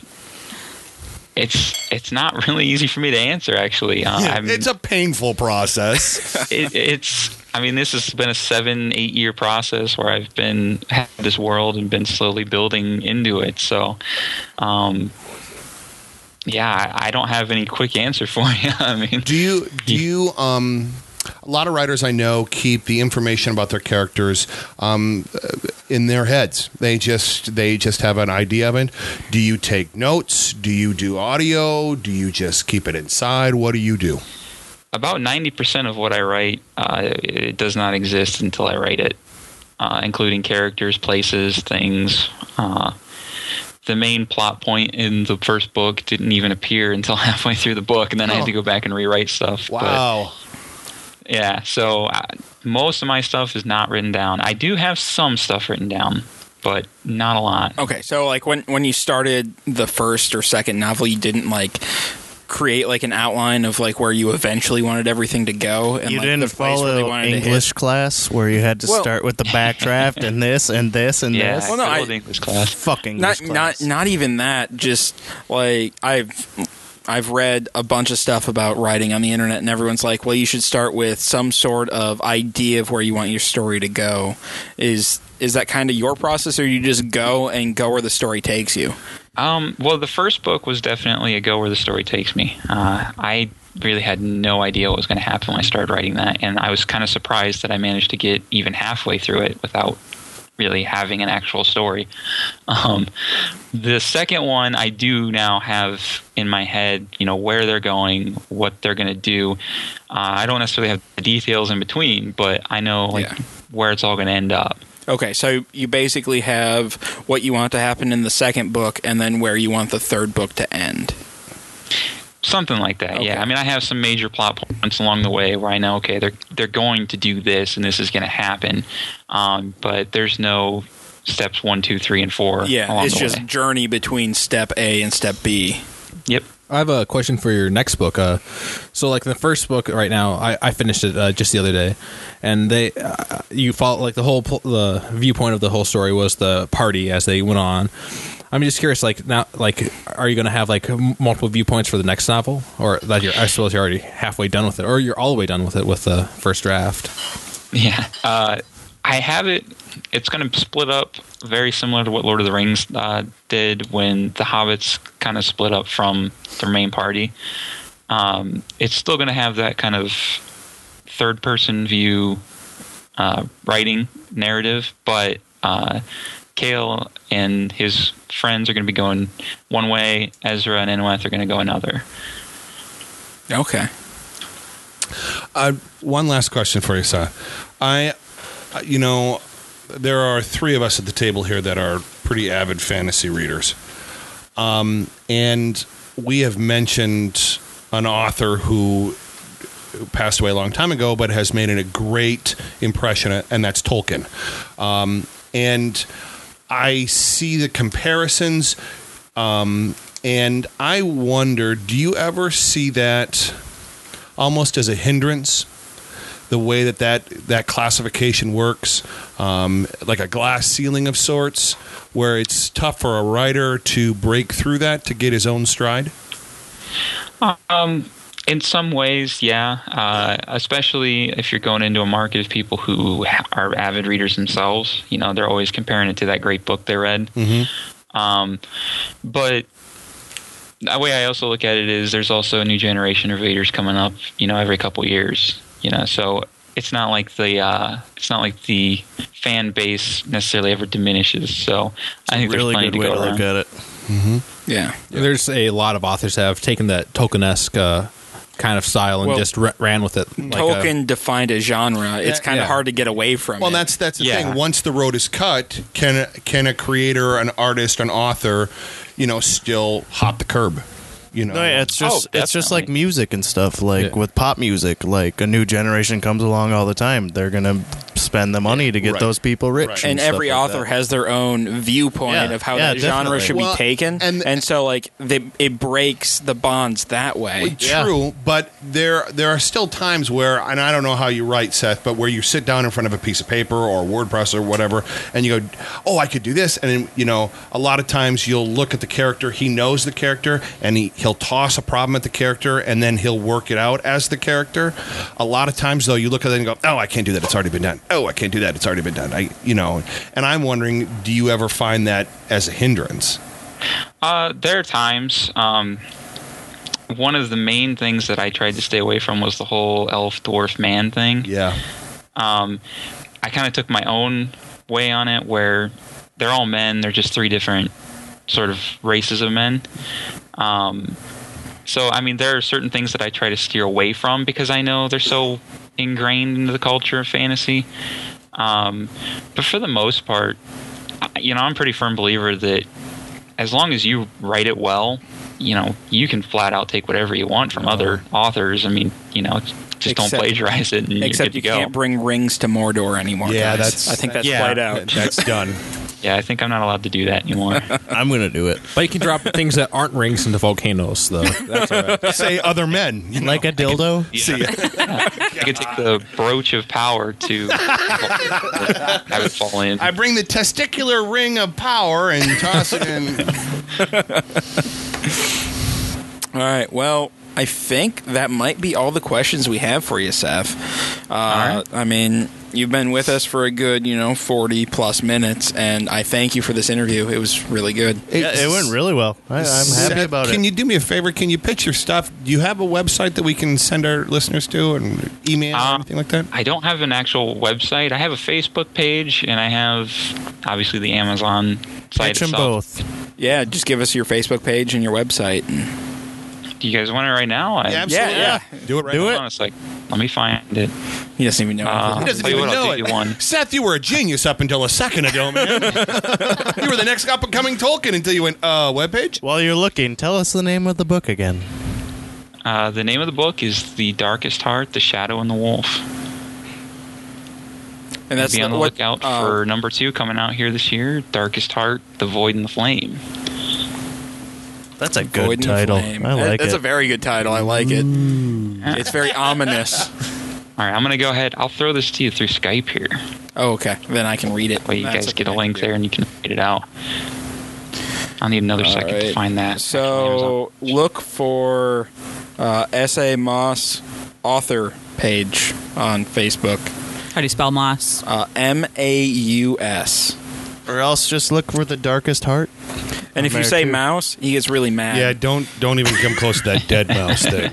Speaker 12: it's it's not really easy for me to answer. Actually, uh, I'm-
Speaker 8: it's a painful process.
Speaker 12: it, it's I mean this has been a seven eight year process where I've been had this world and been slowly building into it. So, um, yeah, I, I don't have any quick answer for you. I mean,
Speaker 8: do you do you um a lot of writers I know keep the information about their characters um, in their heads. They just they just have an idea of it. Do you take notes? Do you do audio? Do you just keep it inside? What do you do?
Speaker 12: about 90% of what I write, uh, it does not exist until I write it, uh, including characters, places, things. Uh, the main plot point in the first book didn't even appear until halfway through the book, and then I had to go back and rewrite stuff. But,
Speaker 1: Oh,
Speaker 8: Wow.
Speaker 12: yeah, so uh, most of my stuff is not written down. I do have some stuff written down, but not a lot.
Speaker 1: Okay, so like when when you started the first or second novel, you didn't like create like an outline of like where you eventually wanted everything to go and
Speaker 2: you
Speaker 1: like,
Speaker 2: didn't
Speaker 1: the place where they
Speaker 2: follow
Speaker 1: wanted to hit.
Speaker 2: English class where you had to
Speaker 1: Well-
Speaker 2: start with the backdraft and this and this and
Speaker 1: Yeah,
Speaker 2: this.
Speaker 1: Well, no, I love
Speaker 12: English class.
Speaker 2: Fucking
Speaker 1: not
Speaker 2: English
Speaker 1: not
Speaker 2: class.
Speaker 1: not even that. Just like I've I've read a bunch of stuff about writing on the internet, and everyone's like, "Well, you should start with some sort of idea of where you want your story to go." Is is that kind of your process, or you just go and go where the story takes you?
Speaker 12: Um, well, the first book was definitely a go where the story takes me. Uh, I really had no idea what was going to happen when I started writing that, and I was kind of surprised that I managed to get even halfway through it without really having an actual story. Um, the second one, I do now have in my head, you know, where they're going, what they're going to do. Uh, I don't necessarily have the details in between, but I know like where it's all going to end up.
Speaker 1: Okay, so you basically have what you want to happen in the second book, and then where you want the third book to end.
Speaker 12: Something like that. Yeah. I mean, I have some major plot points along the way where I know, okay, they're they're going to do this and this is going to happen, um, but there's no steps one, two, three, and four.
Speaker 1: Yeah,
Speaker 12: along
Speaker 1: it's
Speaker 12: the
Speaker 1: just
Speaker 12: way.
Speaker 1: journey between step A and step B.
Speaker 12: Yep.
Speaker 7: I have a question for your next book. Uh, so, like the first book right now, I, I finished it uh, just the other day, and they uh, you follow like the whole pl- the viewpoint of the whole story was the party as they went on. I'm just curious, like now, like are you going to have like m- multiple viewpoints for the next novel, or that you're I suppose you're already halfway done with it, or you're all the way done with it with the first draft?
Speaker 12: Yeah. Uh, I have it. It's going to split up very similar to what Lord of the Rings uh, did when the hobbits kind of split up from their main party. Um, it's still going to have that kind of third person view uh, writing narrative, but uh, Kale and his friends are going to be going one way. Ezra and Inweth are going to go another.
Speaker 1: Okay.
Speaker 8: Uh, one last question for you, Sa. I, uh, you know, there are three of us at the table here that are pretty avid fantasy readers, um, and we have mentioned an author who passed away a long time ago, but has made a great impression, and that's Tolkien. Um, and I see the comparisons, um, and I wonder: Do you ever see that? almost as a hindrance the way that that, that classification works um, like a glass ceiling of sorts where it's tough for a writer to break through that to get his own stride
Speaker 12: Um, in some ways, yeah. Uh, especially if you're going into a market of people who ha- are avid readers themselves. You know, they're always comparing it to that great book they read. Um, but the way I also look at it is there's also a new generation of readers coming up, you know, every couple years, you know, so it's not like the uh, it's not like the fan base necessarily ever diminishes. So I think there's plenty to, go around.
Speaker 7: it.
Speaker 1: Mm-hmm. Yeah.
Speaker 7: There's a lot of authors that have taken that Tolkien-esque uh, kind of style and
Speaker 1: Well,
Speaker 7: just ra- ran with it. like uh, a-
Speaker 1: Tolkien defined a genre. It's
Speaker 7: Yeah,
Speaker 1: kind of
Speaker 7: yeah.
Speaker 1: hard to get away from.
Speaker 8: well
Speaker 1: it.
Speaker 8: that's that's the
Speaker 1: Yeah.
Speaker 8: thing once the road is cut can can a creator an artist an author you know still hop the curb you know
Speaker 2: No, yeah,
Speaker 1: Oh,
Speaker 2: it's just it's just like music and stuff. Like with pop music, like a new generation comes along all the time. They're gonna spend the money to get
Speaker 1: Right.
Speaker 2: those people rich.
Speaker 1: and, every
Speaker 2: stuff like
Speaker 1: author has their own viewpoint
Speaker 2: Yeah.
Speaker 1: of how
Speaker 2: Yeah,
Speaker 1: that genre
Speaker 2: definitely.
Speaker 1: should
Speaker 2: Well,
Speaker 1: be taken, and, so like they, it breaks the bonds that way.
Speaker 8: Well, True, but there there are still times where, and I don't know how you write, Seth, but where you sit down in front of a piece of paper or WordPress or whatever, and you go, "Oh, I could do this," and then, you know, a lot of times you'll look at the character, he knows the character, and he he'll toss a problem at the character, and then he'll work it out as the character. A lot of times though, you look at it and go, "Oh, I can't do that; it's already been done." Oh, I can't do that; it's already been done. I, you know, and I'm wondering, do you ever find that as a hindrance?
Speaker 12: Uh, there are times. Um, one of the main things that I tried to stay away from was the whole elf, dwarf, man thing.
Speaker 8: Yeah.
Speaker 12: Um, I kind of took my own way on it, where they're all men. They're just three different sort of races of men. Um, so, I mean, there are certain things that I try to steer away from because I know they're so ingrained into the culture of fantasy. Um, but for the most part, I- you know, I'm a pretty firm believer that as long as you write it well, you know, you can flat out take whatever you want from other authors. I mean, you know, just don't
Speaker 1: Except-
Speaker 12: plagiarize it. And you're
Speaker 1: Except
Speaker 12: good
Speaker 1: you
Speaker 12: to go.
Speaker 1: can't bring rings to Mordor anymore. guys.
Speaker 12: Yeah, that's-
Speaker 1: I think that's
Speaker 12: Yeah.
Speaker 1: played out.
Speaker 12: That's
Speaker 8: done.
Speaker 12: Yeah, I think I'm not allowed to do that anymore.
Speaker 2: I'm gonna do it.
Speaker 7: But you can drop things that aren't rings into volcanoes, though. That's all right.
Speaker 8: Say other men,
Speaker 2: like a dildo.
Speaker 12: See I could take the brooch of power to. I would fall in.
Speaker 8: I bring the testicular ring of power and toss it in.
Speaker 1: All right. Well, I think that might be all the questions we have for you, Seth. Uh, I mean, you've been with us for a good, you know, 40 plus minutes, and I thank you for this interview. It was really good.
Speaker 2: Yeah, it went really well. I, I'm happy
Speaker 8: Seth,
Speaker 2: about
Speaker 8: Can
Speaker 2: it.
Speaker 8: you do me a favor? Can you pitch your stuff? Do you have a website that we can send our listeners to and email or anything like that?
Speaker 12: I don't have an actual website. I have a Facebook page, and I have obviously the Amazon site. itself.
Speaker 1: Yeah, just give us your Facebook page and your website.
Speaker 12: Do you guys want it right now? I,
Speaker 1: Yeah, absolutely. Yeah,
Speaker 8: Do it right
Speaker 12: Hold
Speaker 8: now.
Speaker 12: on a sec. Let me find it.
Speaker 1: He doesn't even know.
Speaker 12: Uh,
Speaker 8: He doesn't
Speaker 12: I'll tell you
Speaker 8: even
Speaker 12: what, I'll
Speaker 8: know
Speaker 12: give
Speaker 8: it.
Speaker 12: you one.
Speaker 8: Seth, you were a genius up until a second ago, man. you were the next up and coming Tolkien until you went, uh, webpage?
Speaker 2: While you're looking, tell us the name of the book again.
Speaker 12: Uh, the name of the book is "The Darkest Heart: The Shadow and the Wolf."
Speaker 1: And that's
Speaker 12: be on
Speaker 1: the-
Speaker 12: the
Speaker 1: what-
Speaker 12: lookout
Speaker 1: uh,
Speaker 12: for number two coming out here this year: "Darkest Heart: The Void and the Flame."
Speaker 2: That's a
Speaker 1: Void
Speaker 2: good
Speaker 1: and
Speaker 2: title.
Speaker 1: Flame.
Speaker 2: I
Speaker 1: That-
Speaker 2: like
Speaker 1: That's a
Speaker 2: it.
Speaker 1: very good title. I like it.
Speaker 12: Mm.
Speaker 1: It's very ominous.
Speaker 12: All right, I'm gonna go ahead. I'll throw this to you through Skype here.
Speaker 1: Oh, okay. Then I can read it.
Speaker 12: Well, you
Speaker 1: That's
Speaker 12: guys
Speaker 1: okay.
Speaker 12: get a link there, and you can read it out. I need another
Speaker 1: All
Speaker 12: second to
Speaker 1: right.
Speaker 12: find that.
Speaker 1: So look for uh, S.A. Moss author page on Facebook.
Speaker 5: How do you spell Moss?
Speaker 1: Uh, M A U S.
Speaker 2: Or else just look for the darkest heart.
Speaker 1: And if you
Speaker 2: America.
Speaker 1: say mouse, he gets really mad.
Speaker 8: Yeah, don't don't even come close to that dead mouse thing.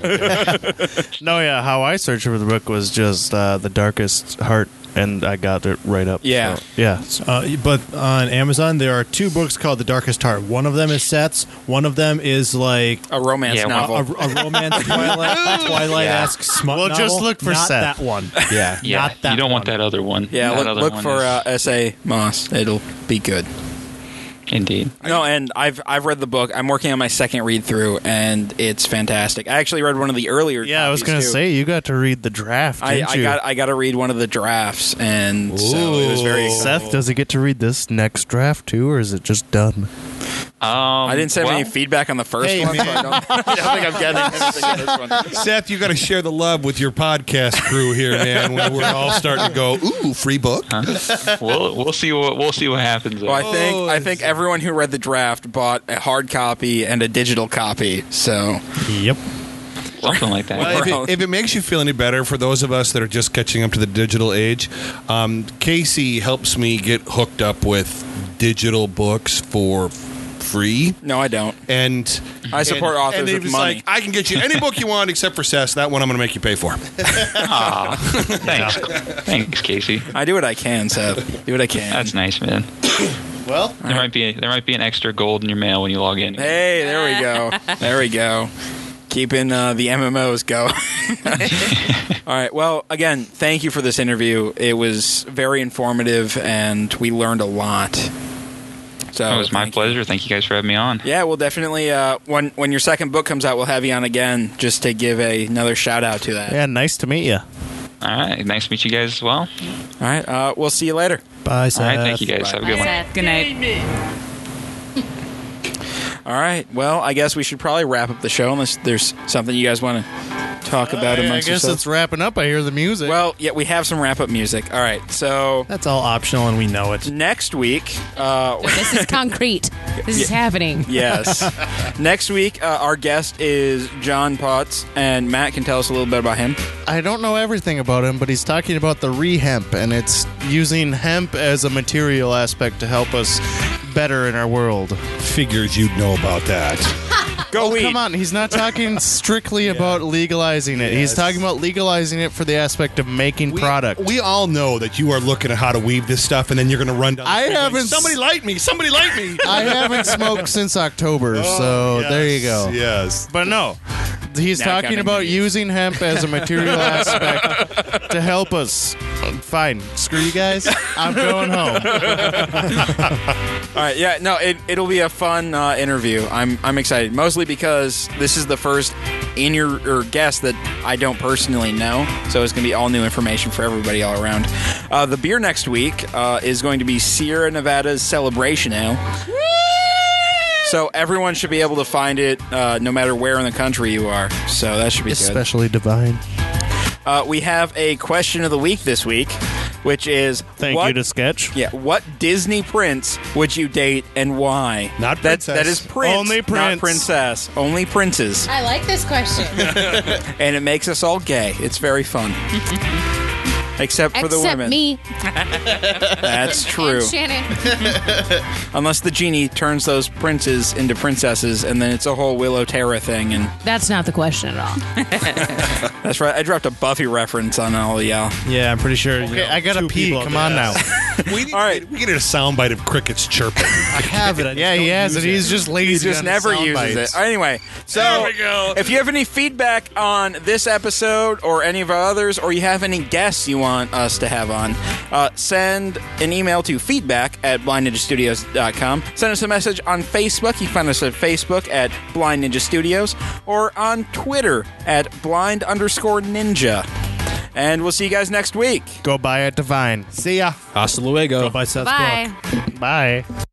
Speaker 2: No, yeah. How I searched for the book was just uh, the darkest heart
Speaker 3: and I got it right up.
Speaker 1: Yeah.
Speaker 3: so, yeah.
Speaker 4: Uh, but on Amazon, there are two books called The Darkest Heart. One of them is Seth's. One of them is like
Speaker 1: a romance
Speaker 4: a,
Speaker 1: novel.
Speaker 4: A, a romance Twilight, Twilight-esque smut
Speaker 2: Well, just
Speaker 4: novel.
Speaker 2: look for
Speaker 4: Not
Speaker 2: Seth.
Speaker 4: that one.
Speaker 7: Yeah.
Speaker 12: Yeah,
Speaker 4: Not that
Speaker 12: you don't want that other one.
Speaker 1: Yeah,
Speaker 12: That
Speaker 1: look,
Speaker 12: other
Speaker 1: look
Speaker 12: one
Speaker 1: for
Speaker 12: is-
Speaker 1: uh, S.A. Moss. It'll be good.
Speaker 12: Indeed.
Speaker 1: No, and I've I've read the book. I'm working on my second read through, and it's fantastic. I actually read one of the earlier.
Speaker 2: Yeah, I was
Speaker 1: copies,
Speaker 2: gonna
Speaker 1: too.
Speaker 2: say you got to read the draft.
Speaker 1: I,
Speaker 2: Didn't
Speaker 1: I
Speaker 2: you?
Speaker 1: got I got to read one of the drafts, and so it was very.
Speaker 2: Seth, does he get to read this next draft too, or is it just done?
Speaker 12: Um,
Speaker 1: I didn't send
Speaker 12: well,
Speaker 1: any feedback on the first one, so I don't, I don't think I'm getting anything on this one.
Speaker 8: Seth, you got to share the love with your podcast crew here, man. When we're all starting to go, ooh, free book.
Speaker 12: we'll we'll see what we'll see what happens.
Speaker 1: Well, I think I think everyone who read the draft bought a hard copy and a digital copy. So
Speaker 4: yep,
Speaker 12: something like that.
Speaker 8: Well, if, it, if it makes you feel any better, for those of us that are just catching up to the digital age, um, Casey helps me get hooked up with digital books for free.
Speaker 1: No, I don't.
Speaker 8: And
Speaker 1: I support
Speaker 8: and-
Speaker 1: authors
Speaker 8: and he
Speaker 1: with
Speaker 8: was
Speaker 1: money.
Speaker 8: Like, I can get you any book you want except for Sess. That one I'm going to make you pay for.
Speaker 12: Aw, thanks, thanks, Casey.
Speaker 1: I do what I can, Seth. Do what I can.
Speaker 12: That's nice, man.
Speaker 2: Well,
Speaker 12: There might be there might be an extra gold in your mail when you log in.
Speaker 1: Hey, there we go. There we go. Keeping uh, the MMOs go. All right. Well, again, thank you for this interview. It was very informative, and we learned a lot. So
Speaker 12: It was my pleasure. Thank you guys for having me on.
Speaker 1: Yeah, we'll definitely uh, when when your second book comes out, we'll have you on again just to give a, another shout out to that.
Speaker 2: Yeah, nice to meet you.
Speaker 12: All right, nice to meet you guys as well.
Speaker 1: All right, uh, we'll see you later.
Speaker 4: Bye,
Speaker 12: All right, thank you guys. Have a good one.
Speaker 5: Good night.
Speaker 1: All right. Well, I guess we should probably wrap up the show unless there's something you guys want to talk about
Speaker 2: Uh, I
Speaker 1: amongst
Speaker 2: guess
Speaker 1: yourselves.
Speaker 2: it's wrapping up. I hear the music.
Speaker 1: Well, yeah, we have some wrap up music. All right, so
Speaker 4: that's all optional, and we know it.
Speaker 1: next week, uh,
Speaker 10: This is concrete. This is happening.
Speaker 1: yes, next week uh, our guest is John Potts, and Matt can tell us a little bit about him.
Speaker 2: I don't know everything about him, but he's talking about the rehemp, and it's using hemp as a material aspect to help us better in our world.
Speaker 8: Figures you'd know about that.
Speaker 1: Go weed.
Speaker 2: Oh, Come on, he's not talking strictly about legalizing it. He's talking about legalizing it for the aspect of making product.
Speaker 8: We all know that you are looking at how to weave this stuff, and then you're going to run down. the
Speaker 2: I
Speaker 8: street like,
Speaker 2: haven't s-
Speaker 8: Somebody light me. Somebody light me.
Speaker 2: I haven't smoked since October,
Speaker 8: Oh,
Speaker 2: so there you go.
Speaker 8: Yes.
Speaker 2: But no, he's
Speaker 1: Not
Speaker 2: talking
Speaker 1: counting
Speaker 2: about
Speaker 1: these.
Speaker 2: using hemp as a material aspect to help us. Fine, screw you guys. I'm going home.
Speaker 1: All right, yeah, no, it, it'll be a fun uh, interview. I'm I'm excited, mostly because this is the first in your or guest that I don't personally know, so it's gonna be all new information for everybody all around. Uh, the beer next week uh, is going to be Sierra Nevada's Celebration Ale. So everyone should be able to find it, uh, no matter where in the country you are. So that should be good.
Speaker 2: Especially divine.
Speaker 1: Uh, we have a question of the week this week, which is
Speaker 2: Thank
Speaker 1: what-
Speaker 2: you to Sketch.
Speaker 1: yeah, what Disney prince would you date and why?
Speaker 8: Not
Speaker 1: That's,
Speaker 8: princess.
Speaker 1: that is prince,
Speaker 2: Only
Speaker 1: not
Speaker 2: prince.
Speaker 1: princess, only princes,
Speaker 6: I like this question.
Speaker 1: and it makes us all gay. It's very fun, except for the
Speaker 10: Except
Speaker 1: women.
Speaker 10: me
Speaker 1: That's true.
Speaker 10: and Shannon.
Speaker 1: Unless the genie turns those princes into princesses, and then it's a whole Willow Terra thing. And
Speaker 10: That's not the question at all.
Speaker 1: that's right, I dropped a Buffy reference on all of y'all.
Speaker 4: Yeah, I'm pretty sure.
Speaker 2: Okay, I gotta pee. Come on now.
Speaker 8: We need,
Speaker 1: All right.
Speaker 8: We needed a soundbite of crickets chirping.
Speaker 4: I have it. I
Speaker 2: Yeah, he has it. He's just lazy.
Speaker 1: He just
Speaker 2: on the
Speaker 1: never
Speaker 2: sound
Speaker 1: uses
Speaker 2: bites.
Speaker 1: it. Anyway, so if you have any feedback on this episode or any of our others, or you have any guests you want us to have on, uh, send an email to feedback at blindninjastudios.com. Send us a message on Facebook. You can find us at Facebook at Blind Ninja Studios or on Twitter at blind underscore ninja. And we'll see you guys next week.
Speaker 2: Go buy it, divine. See ya.
Speaker 7: Hasta luego.
Speaker 4: By Seth's book.
Speaker 10: Bye.
Speaker 2: Bye.